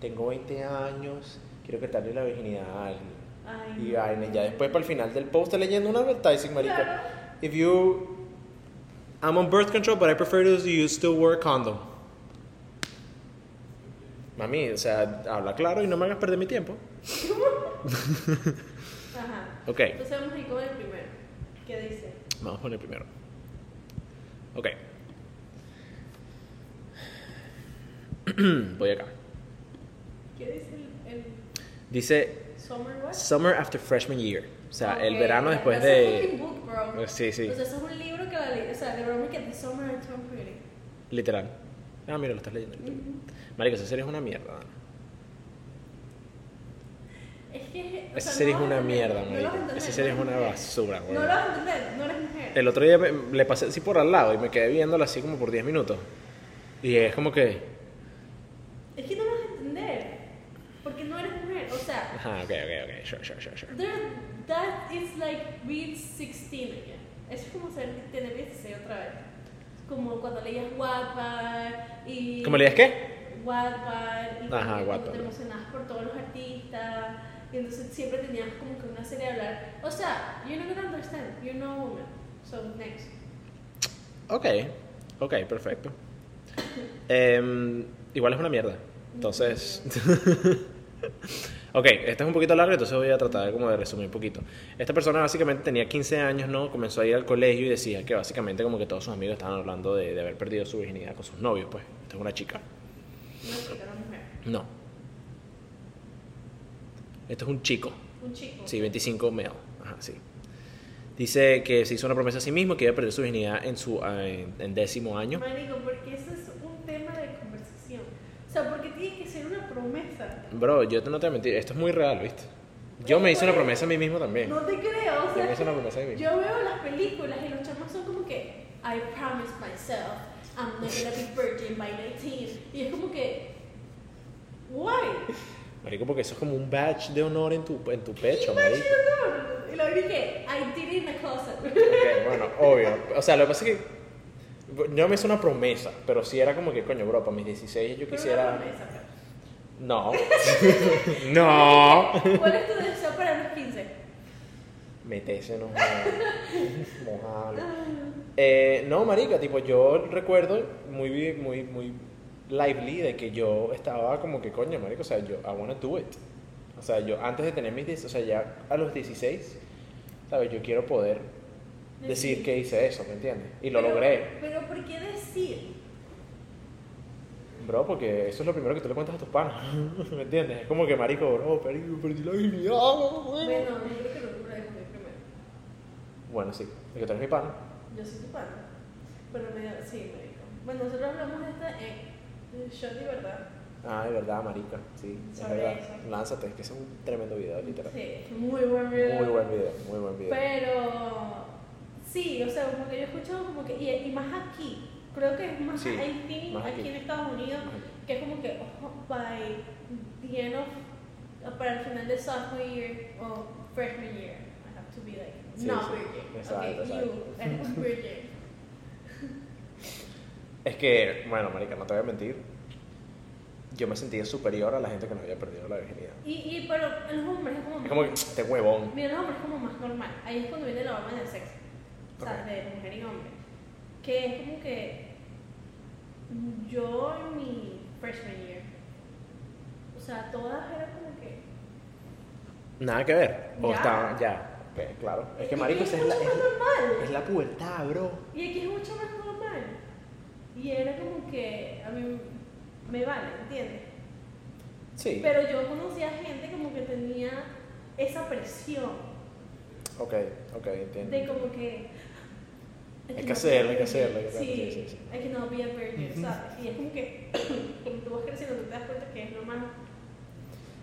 Speaker 1: tengo 20 años, quiero quitarle la virginidad a alguien.
Speaker 2: Ay,
Speaker 1: Y
Speaker 2: no.
Speaker 1: vaina, y ya después para el final del post está leyendo un advertising, marica.
Speaker 2: Claro.
Speaker 1: If you... I'm on birth control, but I prefer to you still wear a condom. Mami, o sea, habla claro y no me hagas perder mi tiempo.
Speaker 2: Ajá.
Speaker 1: Ok,
Speaker 2: Entonces vamos a ir con el primero. ¿Qué dice?
Speaker 1: vamos con el primero. Ok. Voy acá.
Speaker 2: ¿Qué dice el,
Speaker 1: Dice
Speaker 2: el Summer Watch?
Speaker 1: Summer after freshman year. O sea, el
Speaker 2: Ok,
Speaker 1: verano
Speaker 2: o sea,
Speaker 1: después
Speaker 2: eso Es
Speaker 1: de...
Speaker 2: fucking book, bro.
Speaker 1: Eh, sí, sí.
Speaker 2: O sea, eso es un libro que la leí. O sea, de broma que The Summer I Turned Pretty.
Speaker 1: Literal. Ah, mira, lo estás leyendo. Marica, esa serie es una mierda. Dana.
Speaker 2: Es que. o
Speaker 1: Esa
Speaker 2: sea,
Speaker 1: serie
Speaker 2: no
Speaker 1: es una
Speaker 2: vas a entender,
Speaker 1: mierda,
Speaker 2: no
Speaker 1: marica.
Speaker 2: lo vas a entender,
Speaker 1: Esa serie es
Speaker 2: no lo vas
Speaker 1: una
Speaker 2: a entender.
Speaker 1: basura,
Speaker 2: No
Speaker 1: weón.
Speaker 2: lo vas a entender, no eres mujer.
Speaker 1: El otro día me- le pasé así por al lado y me quedé viéndola así como por 10 minutos. Y es como que...
Speaker 2: Es que no lo vas a entender. Porque no eres mujer. O sea,
Speaker 1: Ajá, ok, ok, ok, sure, sure, sure, sure.
Speaker 2: there- that is like being 16 again. Es como ser, tener 16 otra vez. Como cuando leías Wattpad y.
Speaker 1: ¿Cómo leías qué?
Speaker 2: Wattpad y
Speaker 1: Ajá,
Speaker 2: como que
Speaker 1: Wattpad.
Speaker 2: te emocionabas por todos los artistas y entonces siempre tenías como que una serie de hablar o sea you're not gonna understand you're no woman so next
Speaker 1: Ok, ok, perfecto. Em, igual es una mierda. Entonces... ok, este es un poquito largo, entonces voy a tratar como de resumir un poquito. Esta persona básicamente tenía 15 años, ¿no? Comenzó a ir al colegio y decía que básicamente como que todos sus amigos estaban hablando de, de haber perdido su virginidad con sus novios, pues. Esta es una chica.
Speaker 2: una chica una mujer
Speaker 1: No. Esto es un chico.
Speaker 2: un chico
Speaker 1: Sí, 25 male. Ajá, sí. Dice que se hizo una promesa a sí mismo que iba a perder su virginidad en su ah, en, en décimo año.
Speaker 2: marico porque eso es un tema de conversación o sea porque tiene que ser una promesa
Speaker 1: Bro, yo te- no te voy a mentir, esto es muy real, ¿viste? Yo me hice una promesa a mí mismo también.
Speaker 2: no te creo o
Speaker 1: Yo me
Speaker 2: sea
Speaker 1: hice una promesa a mí mismo.
Speaker 2: yo veo las películas y los chamos son como que I promise myself I'm not gonna be virgin by 19 y es como que why
Speaker 1: Marico, porque eso es como un badge de honor en tu, en tu pecho,
Speaker 2: Qué
Speaker 1: marico.
Speaker 2: chido. Y lo dije, I did it in the closet.
Speaker 1: Ok, bueno, obvio. O sea, lo que pasa es que yo me hice una promesa, pero sí era como que, coño, bro, para mis 16 yo
Speaker 2: Pero
Speaker 1: quisiera...
Speaker 2: una promesa,
Speaker 1: No. no.
Speaker 2: pues. ¿Cuál es tu deseo para los 15?
Speaker 1: Meterse no mojado. Eh, no, marica, tipo, yo recuerdo muy, vi- muy, muy lively de que yo estaba como que, coño, marico, o sea, yo, I wanna do it. O sea, yo antes de tener mis 10, o sea, ya a los 16, ¿sabes? Yo quiero poder decir que hice eso, ¿me entiendes? Y lo
Speaker 2: Pero-
Speaker 1: logré.
Speaker 2: Pero ¿por qué decir?
Speaker 1: Bro, porque eso es lo primero que tú le cuentas a tus panas, ¿me entiendes? Es como que, marico, bro, perdí, perdí la dignidad, güey.
Speaker 2: Bueno, yo creo que lo primero es primero.
Speaker 1: Bueno, sí, porque tú eres mi pana.
Speaker 2: Yo soy tu pana. Pero me da- sí, me dijo. Bueno, nosotros hablamos de esta en Shot de verdad.
Speaker 1: Ah, de verdad, marica, sí, es
Speaker 2: Sobre
Speaker 1: verdad.
Speaker 2: eso.
Speaker 1: Lánzate, que ese es un tremendo video, literal.
Speaker 2: Sí, muy buen video.
Speaker 1: Muy buen video, muy buen video.
Speaker 2: Pero sí, o sea, como que yo he escuchado como que, y, y más aquí, creo que es más,
Speaker 1: Sí,
Speaker 2: aquí,
Speaker 1: más
Speaker 2: aquí
Speaker 1: aquí.
Speaker 2: en Estados Unidos, que es como que oh, by the end of, para el final de sophomore year o freshman year, I have to be like,
Speaker 1: Sí,
Speaker 2: no
Speaker 1: sí.
Speaker 2: virgin,
Speaker 1: Exacto,
Speaker 2: okay,
Speaker 1: exacto.
Speaker 2: you, and virgin.
Speaker 1: Es que, bueno, marica, no te voy a mentir. Yo me sentía superior a la gente que nos había perdido la virginidad.
Speaker 2: Y, y pero en los hombres es como,
Speaker 1: Es como que, este huevón.
Speaker 2: mira, en los hombres es como más normal, ahí es cuando viene la broma del sexo, o sea,
Speaker 1: Ok.
Speaker 2: de mujer y hombre, que es como que yo en mi freshman year, o sea, todas eran como que
Speaker 1: Nada que ver. O
Speaker 2: Ya.
Speaker 1: estaba, ya. Ok, claro. Es que, marico,
Speaker 2: es
Speaker 1: esa es la,
Speaker 2: mucho
Speaker 1: es,
Speaker 2: más normal.
Speaker 1: es la pubertad, bro.
Speaker 2: Y aquí es mucho más normal. Y era como que a mí me vale, ¿entiendes?
Speaker 1: Sí.
Speaker 2: Pero yo conocía gente como que tenía esa presión
Speaker 1: Ok, ok, entiendo.
Speaker 2: de como que. I
Speaker 1: Hay que
Speaker 2: cannot
Speaker 1: hacerlo,
Speaker 2: be a
Speaker 1: hay que hacerlo, hay que
Speaker 2: virgin.
Speaker 1: hacerlo, sí, sí,
Speaker 2: Sí, hay que no be a virgin, ¿sabes? Y es como que cuando tú vas creciendo tú te das cuenta que es normal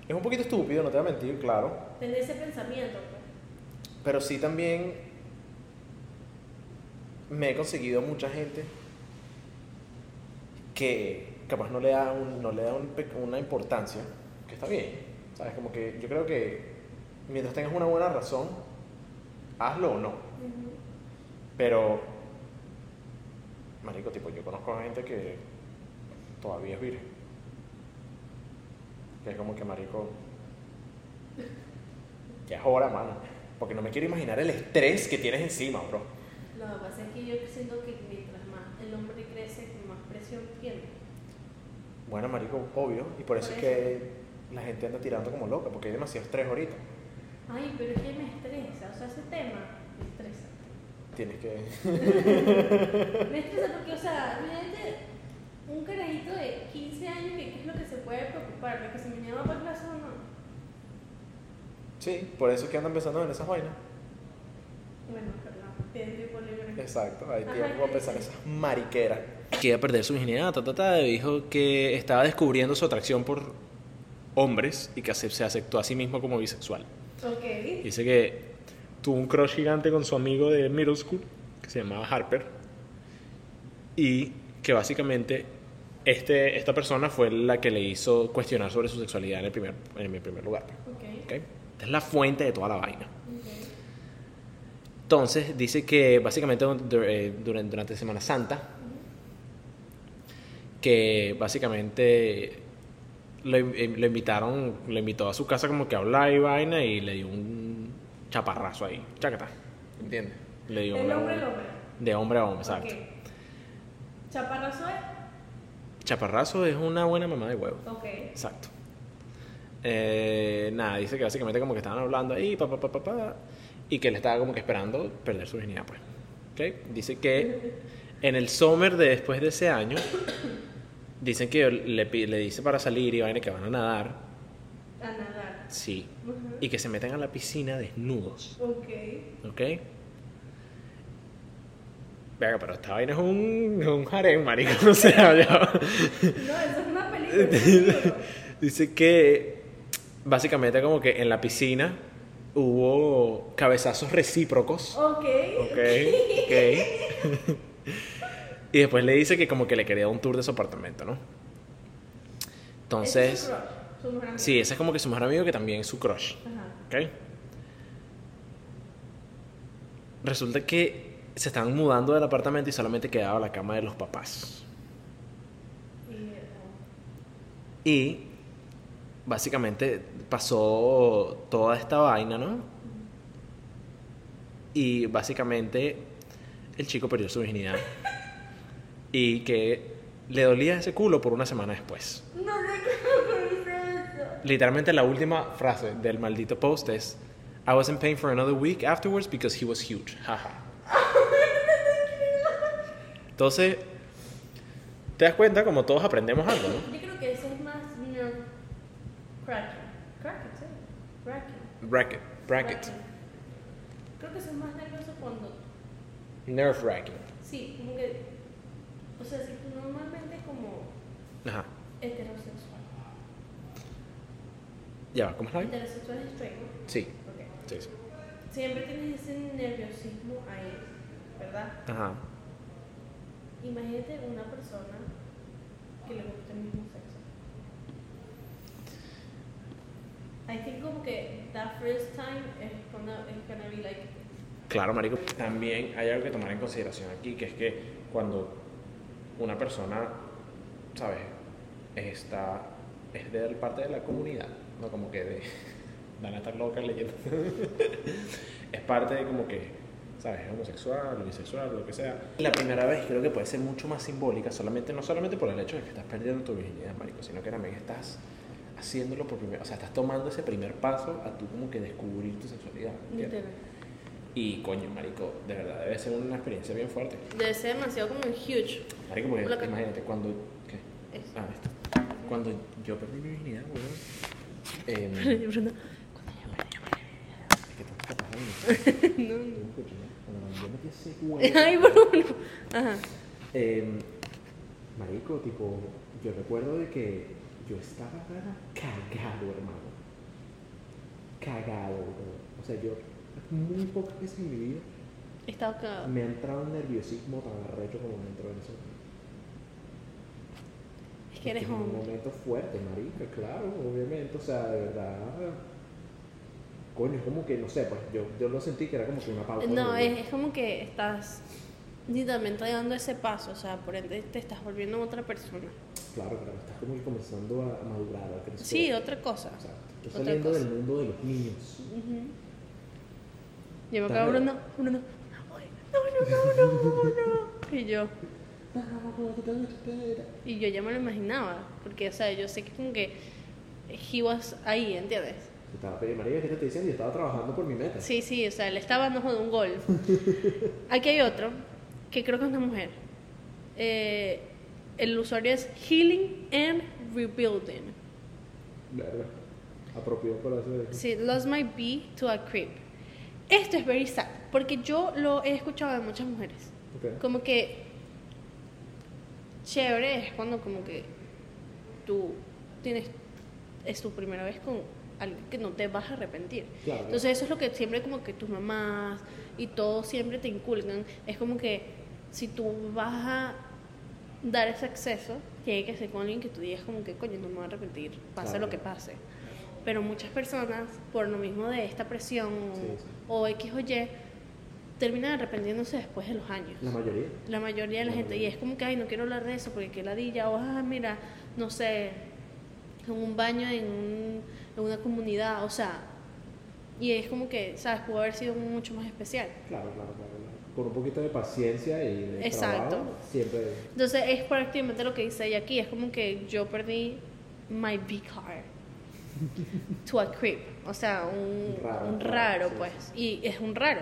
Speaker 1: Es un poquito estúpido, no te voy a mentir, claro.
Speaker 2: tener ese pensamiento. pues.
Speaker 1: Pero sí también me he conseguido mucha gente que capaz no le da, un- no le da un pe- una importancia, que está bien. ¿Sabes? Como que yo creo que mientras tengas una buena razón, hazlo o no. Pero Marico, tipo, yo conozco gente que todavía es virgen. Que es como que, marico, ya es hora, mano. Porque no me quiero imaginar el estrés que tienes encima, bro.
Speaker 2: Lo que pasa es que yo siento que mientras más el hombre crece, más presión tiene.
Speaker 1: Bueno, marico, obvio. Y por eso,
Speaker 2: Por
Speaker 1: es que la gente anda tirando como loca, porque hay demasiado estrés ahorita.
Speaker 2: Ay, pero es que me estresa. O sea, ese tema me estresa.
Speaker 1: Tienes que...
Speaker 2: Me estresa porque, o sea, imagínate un carajito de 15 años que qué es lo que se puede preocupar, de que si mañana va para clase o no.
Speaker 1: Sí, por eso es que andan pensando en esas vainas.
Speaker 2: Bueno, perdón, tiene tiempo libre.
Speaker 1: Exacto, hay
Speaker 2: Ajá,
Speaker 1: tiempo a
Speaker 2: ¿qué
Speaker 1: pensar en
Speaker 2: dice?
Speaker 1: esas mariqueras. Que iba a perder su virginidad, ta, ta, ta, y dijo que estaba descubriendo su atracción por hombres y que ace- se aceptó a sí mismo como bisexual.
Speaker 2: Ok.
Speaker 1: Dice que tuvo un crush gigante con su amigo de middle school, que se llamaba Harper, y que básicamente este, esta persona fue la que le hizo cuestionar sobre su sexualidad en el primer, en el primer lugar.
Speaker 2: Ok.
Speaker 1: ¿ok? Esta es la fuente de toda la vaina.
Speaker 2: Ok.
Speaker 1: Entonces dice que básicamente dur- eh, durante, durante Semana Santa, que básicamente lo, in- eh, lo invitaron, lo invitó a su casa como que a hablar y vaina y le dio un chaparrazo ahí, chacata, ¿entiendes? Le dio
Speaker 2: El
Speaker 1: una-
Speaker 2: hombre, el hombre.
Speaker 1: De hombre a hombre, exacto.
Speaker 2: Ok. Chaparrazo es.
Speaker 1: Chaparrazo es una buena mamá de huevo.
Speaker 2: Ok.
Speaker 1: Exacto. Eh, nada, dice que básicamente como que estaban hablando ahí, pa, pa, pa, pa, pa, y que él estaba como que esperando perder su virginidad, pues. ¿Ok? Dice que en el summer de después de ese año, dicen que le, pi- le dice para salir y vaina que van a nadar,
Speaker 2: A nadar.
Speaker 1: sí,
Speaker 2: Ujú.
Speaker 1: y que se metan a la piscina desnudos,
Speaker 2: Ok.
Speaker 1: ¿ok? Venga, pero esta vaina es un, un harem, marico, o sea, ya-
Speaker 2: No, eso es una película. es un libro.
Speaker 1: Dice que básicamente como que en la piscina hubo cabezazos recíprocos.
Speaker 2: Ok.
Speaker 1: Ok, ok. y después le dice que como que le quería un tour de su apartamento, ¿no?
Speaker 2: Ese
Speaker 1: Entonces,
Speaker 2: es su crush, su mejor amigo.
Speaker 1: sí, ese es como que su mejor amigo que también es su crush.
Speaker 2: Ajá.
Speaker 1: ¿Ok? Resulta que se estaban mudando del apartamento y solamente quedaba la cama de los papás.
Speaker 2: Y, eh,
Speaker 1: Y básicamente pasó toda esta vaina, ¿no? Y básicamente el chico perdió su virginidad. Y que le dolía ese culo por una semana después.
Speaker 2: No sé cómo dice eso.
Speaker 1: Literalmente la última frase del maldito post es I was in pain for another week afterwards because he was huge. Jaja. Entonces, te das cuenta como todos aprendemos algo, ¿no?
Speaker 2: Yo creo que eso es más nerve cracking. Cracking, sí. Cracking.
Speaker 1: Bracket, bracket,
Speaker 2: Cracking. Creo que eso es más nervioso cuando
Speaker 1: nerve wracking.
Speaker 2: Sí, como que. O sea, si tú normalmente como
Speaker 1: Ajá.
Speaker 2: heterosexual.
Speaker 1: Ya va, ¿cómo es la vaina?
Speaker 2: Heterosexual es straight, ¿no?
Speaker 1: Sí,
Speaker 2: Ok.
Speaker 1: sí, sí.
Speaker 2: Siempre tienes ese nerviosismo ahí, ¿verdad?
Speaker 1: Ajá.
Speaker 2: Imagínate una persona que le gusta el mismo sexo. I think como que that first time es gonna, it's gonna be like.
Speaker 1: Claro, marico. También hay algo que tomar en consideración aquí, que es que cuando una persona, ¿sabes? Está, es de parte de la comunidad, no como que de... Van a estar locas leyendo. es parte de como que, ¿sabes? Es homosexual, bisexual, lo que sea. La primera vez creo que puede ser mucho más simbólica, solamente, no solamente por el hecho de que estás perdiendo tu virginidad, marico, sino que también estás haciéndolo por primera... O sea, estás tomando ese primer paso a tú como que descubrir tu sexualidad. ¿entiendes?
Speaker 2: literal.
Speaker 1: Y coño, marico, de verdad, debe ser una experiencia bien fuerte.
Speaker 2: Debe ser demasiado como huge.
Speaker 1: Marico, porque
Speaker 2: Lo que-
Speaker 1: imagínate, cuando... ¿qué?
Speaker 2: Es-
Speaker 1: Ah, esto. Cuando yo perdí mi virginidad, weón. em,
Speaker 2: Bruno,
Speaker 1: es que tanto está pasando. No
Speaker 2: no, no.
Speaker 1: me escucho, ¿no? Cuando yo metí ese huevo-
Speaker 2: Ay, Bruno. Ajá.
Speaker 1: Em, marico, tipo, yo recuerdo de que yo estaba era cagado, hermano. Cagado, weón. O sea, yo muy pocas veces en mi vida
Speaker 2: He estado cagado.
Speaker 1: me ha entrado un nerviosismo tan arrecho como me entró en ese momento.
Speaker 2: Es que eres
Speaker 1: Este es un
Speaker 2: hombre.
Speaker 1: momento fuerte, marica, claro, obviamente, o sea, de verdad. Coño, es como que, no sé, pues yo, yo lo sentí que era como que una pausa.
Speaker 2: No,
Speaker 1: horrible.
Speaker 2: es, es como que estás ni también está dando ese paso, o sea, por ende te estás volviendo otra persona.
Speaker 1: Claro, claro, estás como que comenzando a madurar, a crecer.
Speaker 2: Sí, otra cosa.
Speaker 1: O sea, estás
Speaker 2: Otra
Speaker 1: saliendo
Speaker 2: cosa.
Speaker 1: del mundo de los niños.
Speaker 2: Ujú. Yo me
Speaker 1: Está
Speaker 2: acuerdo,
Speaker 1: bien.
Speaker 2: Bruno, Bruno, "Ay, no, no, no, no, no. Y yo, y yo ya me lo imaginaba, porque, o sea, yo sé que como que he was ahí, ¿entiendes?
Speaker 1: Estaba María, María, ¿qué te estoy diciendo? Yo estaba trabajando por mi meta.
Speaker 2: Sí, sí, o sea, le estaba dando joder, un gol. Aquí hay otro, que creo que es una mujer. Eh, el usuario es Healing and Rebuilding.
Speaker 1: Verga. Apropiado para hacer eso.
Speaker 2: Sí, lost my bee to a creep. Esto es very sad, porque yo lo he escuchado de muchas mujeres.
Speaker 1: Ok.
Speaker 2: Como que chévere es cuando como que tú tienes es tu primera vez con alguien que no te vas a arrepentir.
Speaker 1: Claro.
Speaker 2: Entonces eso es lo que siempre como que tus mamás y todos siempre te inculcan. Es como que si tú vas a dar ese acceso, tiene que ser con alguien que tú digas como que coño, no me voy a arrepentir, pase
Speaker 1: Claro.
Speaker 2: lo que pase. Pero muchas personas, por lo mismo de esta presión
Speaker 1: Sí, sí.
Speaker 2: o X o Y, terminan arrepintiéndose después de los años.
Speaker 1: La mayoría.
Speaker 2: La mayoría de la
Speaker 1: La
Speaker 2: gente, y
Speaker 1: mayoría.
Speaker 2: es como que, ay, no quiero hablar de eso porque qué ladilla, o ah, mira, no sé, en un baño, en, un- en una comunidad, o sea, y es como que, ¿sabes? Pudo haber sido mucho más especial.
Speaker 1: Claro, claro, claro. claro. Con un poquito de paciencia y de
Speaker 2: Exacto.
Speaker 1: trabajo, siempre.
Speaker 2: Entonces, es prácticamente lo que dice ella aquí, es como que yo perdí my big heart to a creep, o sea, un
Speaker 1: Un
Speaker 2: raro,
Speaker 1: raro,
Speaker 2: un
Speaker 1: raro,
Speaker 2: raro
Speaker 1: sí,
Speaker 2: pues, y es un raro.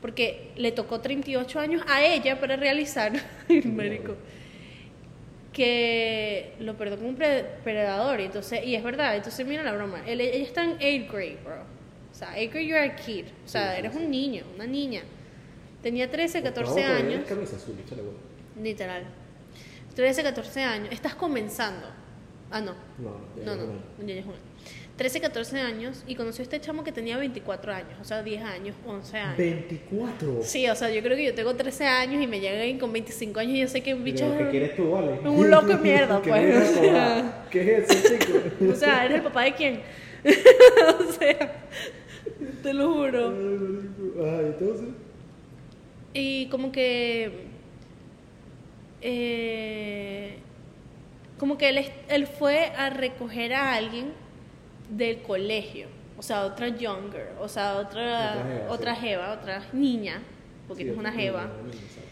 Speaker 2: Porque le tocó 38 años a ella para realizar, Ay, marico, que lo perdió como un pre- predador. Y, entonces, y es verdad, entonces mira la broma. Él, ella está en 8th grade, bro. O sea, 8th grade, you're a kid. O sea,
Speaker 1: Sí, sí,
Speaker 2: eres
Speaker 1: sí.
Speaker 2: un niño, una niña. Tenía 13, 14
Speaker 1: Vamos a poner
Speaker 2: años.
Speaker 1: Camisa azul, échale huevo.
Speaker 2: Literal. 13, 14 años. Estás comenzando. Ah, no.
Speaker 1: No, ya
Speaker 2: No,
Speaker 1: es
Speaker 2: no.
Speaker 1: una-
Speaker 2: Ya es una. 13, 14 años y conoció a este chamo que tenía 24 años. O sea, 10 años, 11 años.
Speaker 1: 24.
Speaker 2: Sí, o sea, yo creo que yo tengo 13 años y me llegan con 25 años y yo sé que un bicho
Speaker 1: Lo que
Speaker 2: es
Speaker 1: quieres tú, vale.
Speaker 2: un loco de mierda,
Speaker 1: ¿Qué
Speaker 2: pues.
Speaker 1: mierda,
Speaker 2: O sea.
Speaker 1: ¿Qué es eso, chico?
Speaker 2: un- O sea, ¿eres el papá de quién? o sea, te
Speaker 1: Ay,
Speaker 2: lo juro.
Speaker 1: marico. Ay, entonces.
Speaker 2: Y como que. eh, como que él, es- él fue a recoger a alguien del colegio. O sea, otra younger. O sea, otra,
Speaker 1: Otra jeva,
Speaker 2: otra
Speaker 1: sí.
Speaker 2: jeva, otra niña. Porque
Speaker 1: Sí,
Speaker 2: no es una
Speaker 1: sí,
Speaker 2: jeva.
Speaker 1: no, no, no, exacto.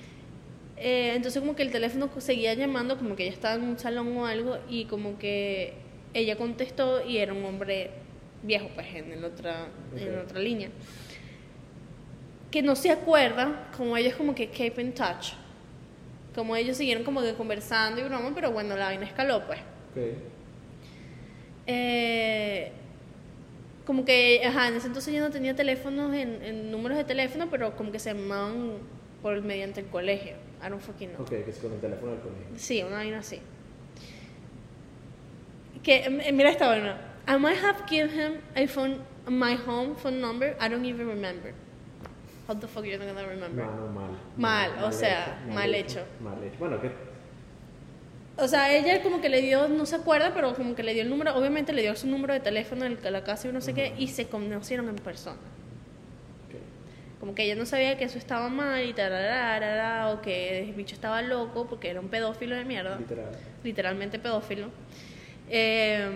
Speaker 2: Eh, entonces como que el teléfono seguía llamando, como que ella estaba en un salón o algo, y como que ella contestó y era un hombre viejo, pues en, el otra, en
Speaker 1: Ok.
Speaker 2: otra línea. Que no se acuerda, como ellos como que keep in touch. Como ellos siguieron como que conversando y broma, pero bueno, la vaina escaló, pues.
Speaker 1: Ok.
Speaker 2: Eh, como que, ajá, en ese entonces yo no tenía teléfonos en, en números de teléfono, pero como que se llamaban por mediante el colegio. I don't fucking know.
Speaker 1: Ok, que es con el teléfono del colegio.
Speaker 2: Sí, una vaina así. Que, m- eh, mira esta vaina. I might have given him a phone, my home phone number. I don't even remember. How the fuck you're not gonna remember?
Speaker 1: Mano, mal.
Speaker 2: Mal, o sea, mal hecho.
Speaker 1: Mal hecho. Bueno, que
Speaker 2: O sea, ella como que le dio, no se acuerda, pero como que le dio el número. Obviamente le dio su número de teléfono en la casa y no sé qué.
Speaker 1: Ajá.
Speaker 2: Y se conocieron en persona.
Speaker 1: ok.
Speaker 2: Como que ella no sabía que eso estaba mal y tararara, o que el bicho estaba loco porque era un pedófilo de mierda.
Speaker 1: literal.
Speaker 2: literalmente pedófilo. Eh,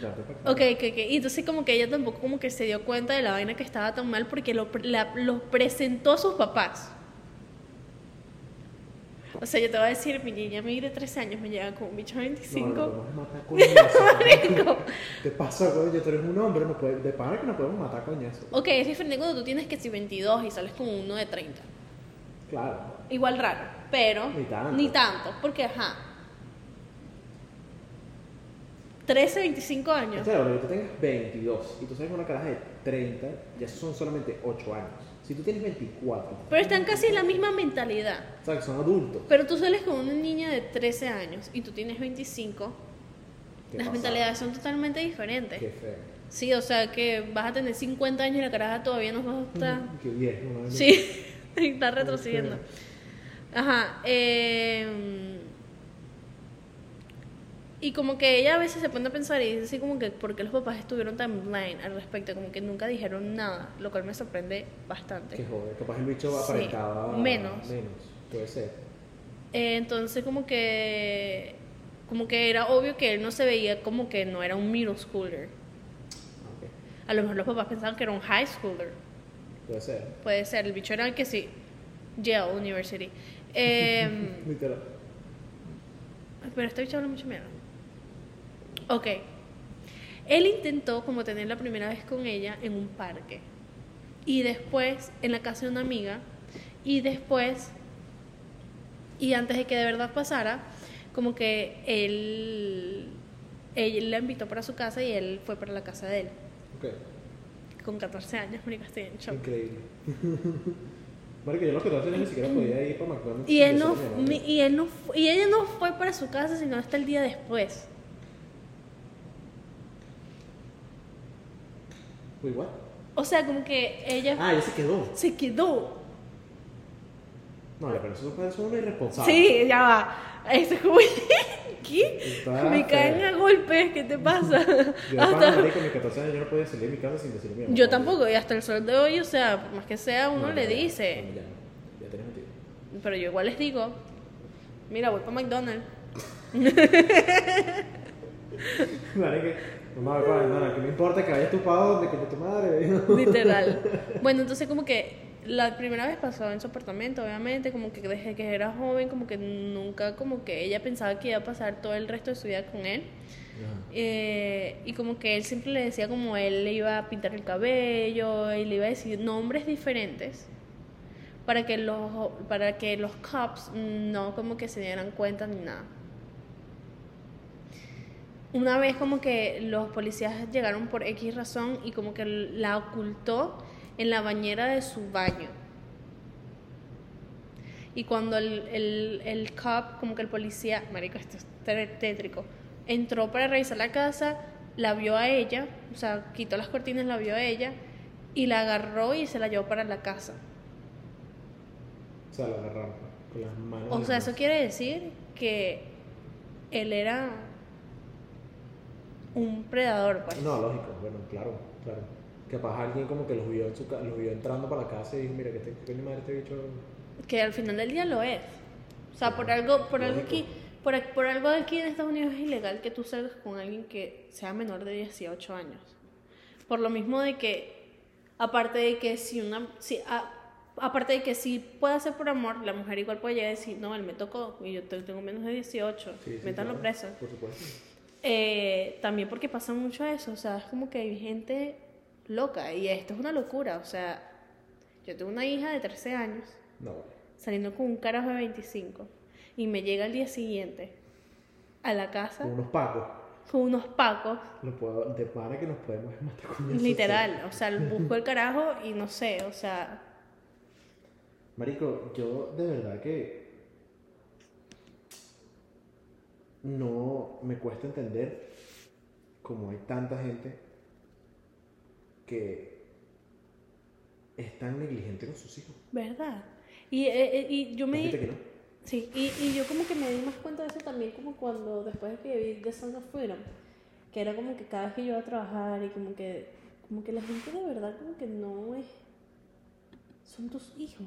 Speaker 1: Date pa' acá.
Speaker 2: ok, ok, ok. Y entonces como que ella tampoco como que se dio cuenta de la vaina que estaba tan mal porque lo, pre- la- lo presentó a sus papás. O sea, yo te voy a decir, mi niña, mi de 13 años me llega con un bicho de
Speaker 1: No,
Speaker 2: 25.
Speaker 1: no, no, podemos matar coñazo.
Speaker 2: Marico.
Speaker 1: ¿Qué pasa, coño? Tú eres un hombre, no puedes, de pana que no podemos matar coñazo.
Speaker 2: Ok, es diferente cuando tú tienes que si 22 y sales con uno de 30.
Speaker 1: Claro.
Speaker 2: Igual raro, pero
Speaker 1: Ni tanto.
Speaker 2: ni tanto, porque ajá. 13, 25
Speaker 1: O
Speaker 2: años.
Speaker 1: sea, cuando tú tengas 22 y tú sales con una caraja de 30, ya son solamente 8 años. Si tú tienes 24,
Speaker 2: Pero están casi en la misma mentalidad.
Speaker 1: o sea, que son adultos.
Speaker 2: Pero tú sales con una niña de 13 años y tú tienes 25,
Speaker 1: ¿Qué
Speaker 2: las
Speaker 1: pasa?
Speaker 2: mentalidades este. son totalmente diferentes.
Speaker 1: Qué feo.
Speaker 2: Sí, o sea que vas a tener 50 años y la caraja todavía no va a estar.
Speaker 1: Mm, Qué viejo, ¿no?
Speaker 2: Sí, está retrocediendo. Ajá. eh, Y como que ella a veces se pone a pensar y dice así como que por qué los papás estuvieron tan blind al respecto, como que nunca dijeron nada, lo cual me sorprende bastante.
Speaker 3: Que joder, capaz el bicho
Speaker 2: Sí,
Speaker 3: aparentaba
Speaker 2: menos.
Speaker 3: menos. Puede ser.
Speaker 2: Eh, entonces como que como que era obvio que él no se veía como que no era un middle schooler.
Speaker 3: Ok,
Speaker 2: A lo mejor los papás pensaban que era un high schooler.
Speaker 3: Puede ser.
Speaker 2: Puede ser, el bicho era que sí. Yale University. Em,
Speaker 3: Literal.
Speaker 2: Pero este bicho habla mucho mierda. Ok. Él intentó como tener la primera vez con ella en un parque. Y después en la casa de una amiga. Y después, y antes de que de verdad pasara, como que él, él la invitó para su casa y él fue para la casa de él.
Speaker 3: Ok.
Speaker 2: Con 14 años, marica, estoy en shock.
Speaker 3: Increíble. Marico, yo a los 14 años ni siquiera podía ir para McDonald's.
Speaker 2: Mm. Y él
Speaker 3: Yo
Speaker 2: no,
Speaker 3: solo me
Speaker 2: mi-
Speaker 3: llamaba.
Speaker 2: y él no, fu- y ella no fue para su casa sino hasta el día después.
Speaker 3: Uy, what?
Speaker 2: O sea, como que ella
Speaker 3: Ah, ya se quedó.
Speaker 2: se quedó.
Speaker 3: No, ya, pero esos padres son unos irresponsables.
Speaker 2: Sí, ya va. Eso es como, ¿qué?
Speaker 3: Está
Speaker 2: me
Speaker 3: feo.
Speaker 2: caen a golpes, ¿qué te pasa?
Speaker 3: Yo era pana,
Speaker 2: Hasta-
Speaker 3: marico, a mis 14 años yo no podía salir de mi casa sin decirle a mi mamá.
Speaker 2: yo tampoco, y hasta el sol de hoy, o sea, por más que sea, uno
Speaker 3: No,
Speaker 2: le
Speaker 3: no,
Speaker 2: dice.
Speaker 3: no, ya, ya tenés metido.
Speaker 2: Pero yo igual les digo, mira, voy para McDonald's.
Speaker 3: Marico, mamá, papá, hermana, que me importa que vayas tú para donde, como tu madre.
Speaker 2: Literal. Bueno, entonces como que la primera vez pasó en su apartamento, obviamente, como que desde que era joven, como que nunca, como que ella pensaba que iba a pasar todo el resto de su vida con él. Eh, y como que él siempre le decía como él le iba a pintar el cabello y le iba a decir nombres diferentes para que los para que los cops no como que se dieran cuenta ni nada. Una vez como que los policías llegaron por X razón y como que la ocultó en la bañera de su baño. Y cuando el, el, el cop, como que el policía, marico, esto es tre- tétrico, entró para revisar la casa, la vio a ella, o sea, quitó las cortinas, la vio a ella, y la agarró y se la llevó para la casa.
Speaker 3: O sea, la agarraron pues, con las manos.
Speaker 2: O
Speaker 3: en
Speaker 2: sea,
Speaker 3: las-
Speaker 2: eso quiere decir que él era un predador, pues.
Speaker 3: No, lógico, bueno, claro, claro. Capaz alguien como que los vio, en su ca- los vio entrando para la casa y dijo, mira, que este que mi madre este bicho.
Speaker 2: Que al final del día lo es. O sea, por algo, por algo aquí, por, ac- por algo aquí en Estados Unidos es ilegal que tú salgas con alguien que sea menor de 18 años. Por lo mismo de que, aparte de que si una, si, a- aparte de que si puede hacer por amor, la mujer igual puede llegar y decir, no, él me tocó y yo te- tengo menos de 18,
Speaker 3: Sí, sí, claro,
Speaker 2: métanlo preso.
Speaker 3: Por supuesto.
Speaker 2: Eh, también porque pasa mucho eso, o sea, es como que hay gente loca y esto es una locura, o sea, yo tengo una hija de 13 años
Speaker 3: No, vale.
Speaker 2: saliendo con un carajo de 25 y me llega al día siguiente a la casa
Speaker 3: Con unos pacos.
Speaker 2: con unos pacos,
Speaker 3: Lo puedo, de pana que nos podemos matar con eso.
Speaker 2: literal, o sea, busco el carajo y no sé, o sea,
Speaker 3: Marico, yo de verdad que no me cuesta entender cómo hay tanta gente que es tan negligente con sus hijos.
Speaker 2: ¿verdad? Y, eh, eh, y yo me...
Speaker 3: Hay gente que no.
Speaker 2: Sí, y, y yo como que me di más cuenta de eso también como cuando después de que vi The Sons of Freedom, que era como que cada vez que yo iba a trabajar y como que, como que la gente de verdad como que no es, son tus hijos.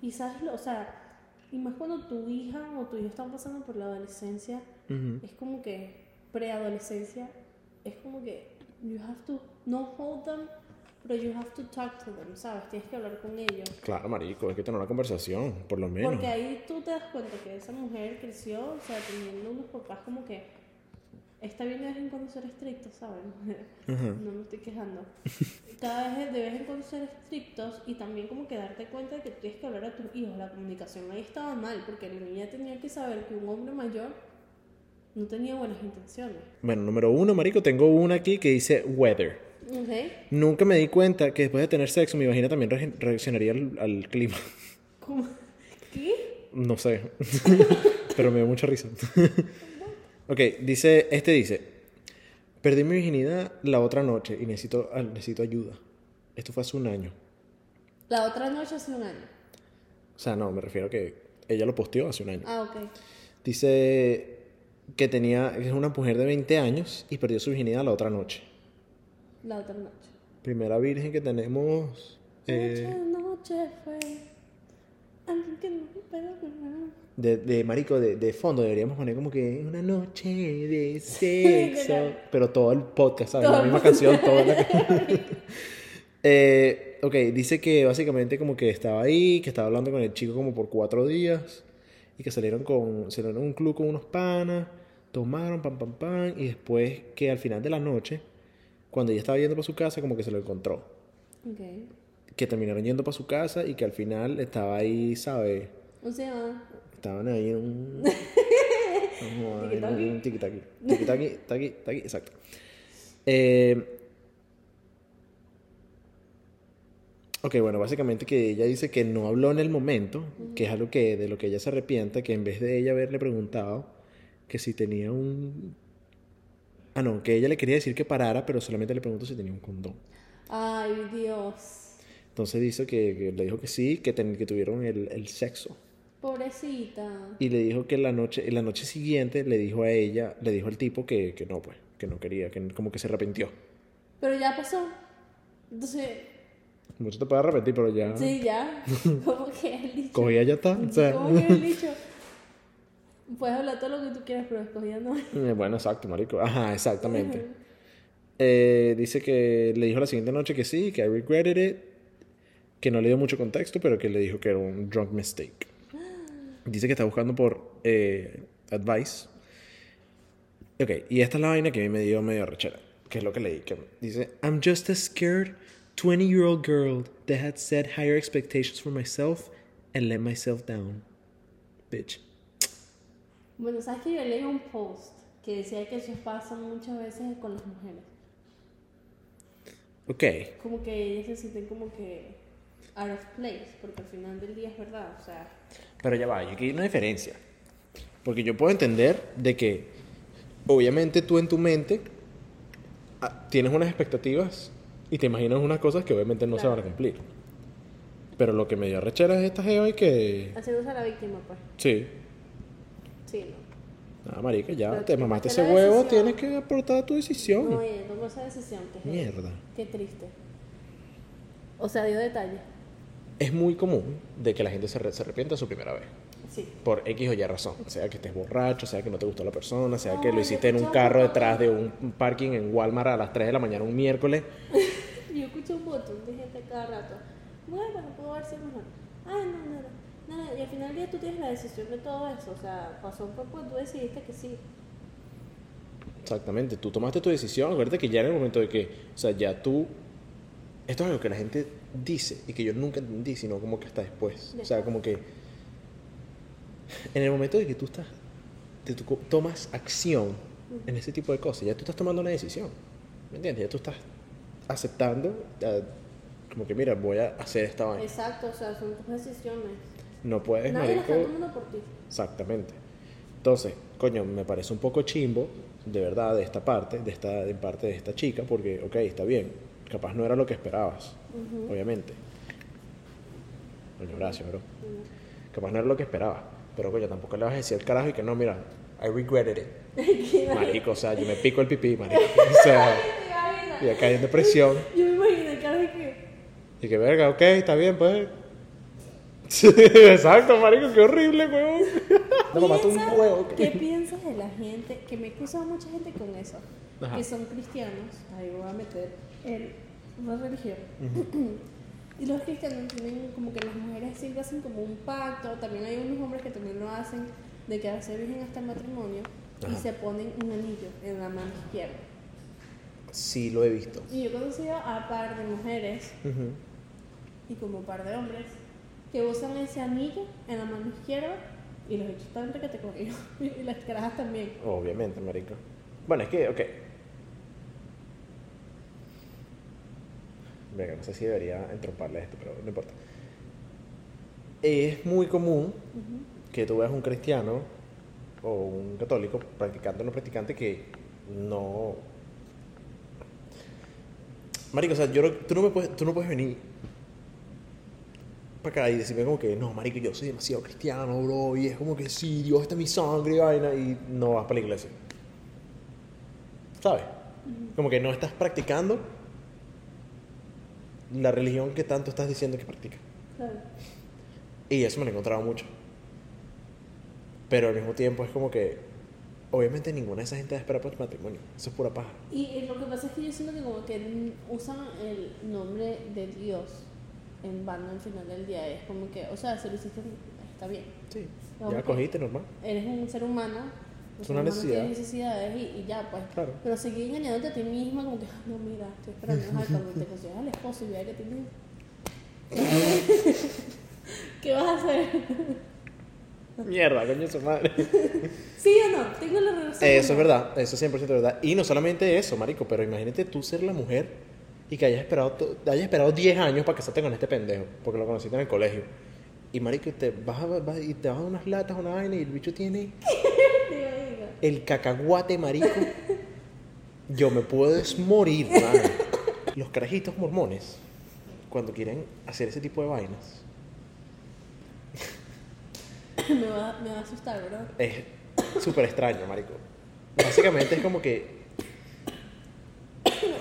Speaker 2: Y sabes, lo, o sea, y más cuando tu hija o tu hijo están pasando por la adolescencia, es como que preadolescencia, es como que you have to, no hold them, pero you have to talk to them, ¿sabes? Tienes que hablar con ellos.
Speaker 1: Claro, marico, hay que tener una conversación, por lo menos.
Speaker 2: Porque ahí tú te das cuenta que esa mujer creció, o sea, teniendo unos papás como que está bien de vez en cuando ser estrictos, ¿saben? No me estoy quejando. Cada vez de vez en cuando ser estrictos y también como que darte cuenta de que tú tienes que hablar a tus hijos. La comunicación ahí estaba mal, porque la niña tenía que saber que un hombre mayor no tenía buenas intenciones.
Speaker 1: Bueno, número uno, marico, tengo una aquí que dice weather.
Speaker 2: ¿Ok?
Speaker 1: Nunca me di cuenta que después de tener sexo mi vagina también re- reaccionaría al, al clima.
Speaker 2: ¿Cómo? ¿Qué?
Speaker 1: No sé, pero me dio mucha risa. ok, dice, este dice, perdí mi virginidad la otra noche y necesito, ah, necesito ayuda. Esto fue hace un año.
Speaker 2: La otra noche hace un año.
Speaker 1: O sea, no, me refiero a que ella lo posteó hace un año.
Speaker 2: Ah, ok.
Speaker 1: Dice, que tenía, es una mujer de 20 años y perdió su virginidad la otra noche.
Speaker 2: La otra noche.
Speaker 1: Primera virgen que tenemos
Speaker 2: Noche,
Speaker 1: eh,
Speaker 2: noche fue. Alguien que no me perdonó.
Speaker 1: de, de marico, de, de fondo deberíamos poner como que una noche de sexo, pero todo el podcast, ¿sabes?
Speaker 2: Todo
Speaker 1: la
Speaker 2: el
Speaker 1: misma canción, toda la eh, Ok, dice que básicamente como que estaba ahí, que estaba hablando con el chico como por cuatro días y que salieron con, salieron a un club con unos panas, tomaron pam pam pam y después que al final de la noche, cuando ella estaba yendo para su casa, como que se lo encontró.
Speaker 2: Ok.
Speaker 1: que terminaron yendo para su casa y que al final estaba ahí, ¿sabes?
Speaker 2: O sea,
Speaker 1: Estaban ahí en un. no, en un- en un tiquitaqui. Tiquitaqui, taqui, taqui, exacto. Eh, ok, bueno, básicamente que ella dice que no habló en el momento, que es algo que, de lo que ella se arrepienta, que en vez de ella haberle preguntado que si tenía un. Ah, no, que ella le quería decir que parara, pero solamente le preguntó si tenía un condón.
Speaker 2: ay Dios.
Speaker 1: Entonces dice que, que le dijo que sí, que, ten- que tuvieron el, el sexo.
Speaker 2: Pobrecita.
Speaker 1: Y le dijo que la noche, en la noche siguiente le dijo a ella, le dijo al tipo que, que no, pues, que no quería, que como que se arrepintió.
Speaker 2: Pero ya pasó. Entonces,
Speaker 1: Mucho te puede arrepentir, pero ya
Speaker 2: sí, ya. Como que el dicho.
Speaker 1: cogía Ah. ya está. o sea.
Speaker 2: Como que el dicho. Puedes hablar todo lo que tú quieras, pero escogida no.
Speaker 1: Eh, Bueno, exacto, marico. Ajá, exactamente. Eh, dice que le dijo la siguiente noche que sí, que I regretted it, que no le dio mucho contexto, pero que le dijo que era un drunk mistake. Dice que está buscando por eh, advice. Ok, y esta es la vaina que a mí me dio medio rechera, que es lo que leí. Que dice, I'm just a scared 20-year-old girl that had set higher expectations for myself and let myself down. Bitch.
Speaker 2: Bueno, sabes que yo leí un post que decía que eso pasa muchas veces con las mujeres.
Speaker 1: Ok,
Speaker 2: Como que ellas se sienten como que out of place, porque al final del día es verdad. O sea,
Speaker 1: Pero ya va, yo aquí hay una diferencia. Porque yo puedo entender de que, obviamente, tú en tu mente ah, tienes unas expectativas y te imaginas unas cosas que obviamente no se
Speaker 2: Claro.
Speaker 1: van a cumplir. Pero lo que me dio rechera es esta jeva y que.
Speaker 2: haciéndose la víctima, pues.
Speaker 1: Sí,
Speaker 2: Sí, no.
Speaker 1: nada, marica, ya
Speaker 2: Pero
Speaker 1: te
Speaker 2: tú
Speaker 1: mamaste ese
Speaker 2: tomaste la
Speaker 1: huevo,
Speaker 2: decisión.
Speaker 1: tienes que aportar tu decisión.
Speaker 2: No, ella tomó esa decisión. Que
Speaker 1: Mierda.
Speaker 2: Qué triste. O sea, dio detalles.
Speaker 1: Es muy común de que la gente se, arre- se arrepienta su primera vez.
Speaker 2: Sí.
Speaker 1: Por X o Y razón. Sea que estés borracho, sea que no te gustó la persona, sea que
Speaker 2: Ay,
Speaker 1: lo hiciste en un
Speaker 2: chamo.
Speaker 1: carro detrás de un parking en Walmart a las 3 de la mañana un miércoles.
Speaker 2: Yo escucho un montón de gente cada rato. Bueno, no pudo haber sido mejor. Ay, no, nada. Nada, y al final del día tú tienes la decisión de todo eso. O sea, pasó un poco, pues, tú decidiste que sí.
Speaker 1: Exactamente, tú tomaste tu decisión, acuérdate que ya en el momento de que, o sea, ya tú, esto es algo que la gente dice y que yo nunca entendí, sino como que hasta después, o sea, como que en el momento de que tú estás, te tú co- tomas acción en ese tipo de cosas, ya tú estás tomando una decisión, ¿me entiendes? Ya tú estás aceptando, ah, como que mira, voy a hacer esta vaina,
Speaker 2: Exacto, o sea, son tus decisiones.
Speaker 1: no puedes,
Speaker 2: Nadie las está
Speaker 1: marico,
Speaker 2: tomando por ti.
Speaker 1: Exactamente. Entonces, coño, me parece un poco chimbo, de verdad, de esta parte, de esta, de parte de esta chica, porque, ok, está bien, capaz no era lo que esperabas, obviamente. Coño, gracias, bro. Capaz no era lo que esperabas, pero coño, tampoco le vas a decir al carajo y que no, mira, I regretted it. marico, o sea, yo me pico el pipí, marico. O sea, y acá en depresión,
Speaker 2: Yo me imagino, claro que.
Speaker 1: y que verga, ok, está bien, pues. Sí, exacto, marico, qué horrible, huevón. No, mamá, tú un
Speaker 2: Piensa-
Speaker 1: huevo. ok.
Speaker 2: ¿Qué piensas de la gente? Que me he cruzado mucha gente con eso.
Speaker 1: Ajá.
Speaker 2: Que son cristianos. Ahí voy a meter el, una religión. y los cristianos tienen como que las mujeres siempre hacen como un pacto. También hay unos hombres que también lo hacen. De quedarse virgen hasta el matrimonio. Y
Speaker 1: Ajá.
Speaker 2: se ponen un anillo en la mano izquierda.
Speaker 1: Sí, lo he visto.
Speaker 2: Y yo he conocido a par de mujeres y como par de hombres que usan ese anillo en la mano izquierda y los hechos tan que te corrió y las carajas también.
Speaker 1: Obviamente, marico. Bueno, es que, ok. Venga, no sé si debería entromparle esto, pero no importa. Es muy común que tú veas un cristiano o un católico practicante o no practicante que no... Marico, o sea, yo no- tú, no me puedes, tú no puedes venir para acá y decirme como que, no, marico, yo soy demasiado cristiano, bro, y es como que sí, Dios está en mi sangre y vaina, y no vas para la iglesia. ¿Sabes? Como que no estás practicando la religión que tanto estás diciendo que practicas.
Speaker 2: Claro.
Speaker 1: Y eso me lo encontraba mucho. Pero al mismo tiempo es como que, obviamente ninguna de esa gente espera para el matrimonio. Eso es pura paja.
Speaker 4: Y eh, lo que pasa es que yo siento que como que n- usan el nombre de Dios en vano al final del día. Es como que, o sea, si lo hiciste, está bien.
Speaker 1: Sí.
Speaker 4: No,
Speaker 1: ya
Speaker 4: porque-
Speaker 1: cogiste, normal.
Speaker 4: Eres un ser humano. los
Speaker 1: Es
Speaker 4: seres
Speaker 1: una
Speaker 4: humanos
Speaker 1: necesidad.
Speaker 4: tienen necesidades y, y ya, pues.
Speaker 1: Claro.
Speaker 4: Pero seguir engañándote a ti misma, como que, "Ah, no, mira, estoy esperando ajá, cuando te consigas al esposo y vea que tienes. ¿Qué vas a hacer?
Speaker 1: Mierda, coño su madre.
Speaker 4: ¿Sí o no? Tengo la relación.
Speaker 1: Eso es verdad, eso es 100% verdad. Y no solamente eso, marico, pero imagínate tú ser la mujer y que hayas esperado, to- hayas esperado 10 años para casarte con este pendejo, porque lo conociste en el colegio. Y marico, te vas a, vas- y te vas a unas latas, una vaina, y el bicho tiene
Speaker 4: Digo, digo.
Speaker 1: el cacahuate, marico. Yo me puedo es morir, mano. Los carajitos mormones, cuando quieren hacer ese tipo de vainas,
Speaker 4: Me va, me va a asustar, ¿verdad?
Speaker 1: es súper extraño, marico. Básicamente es como que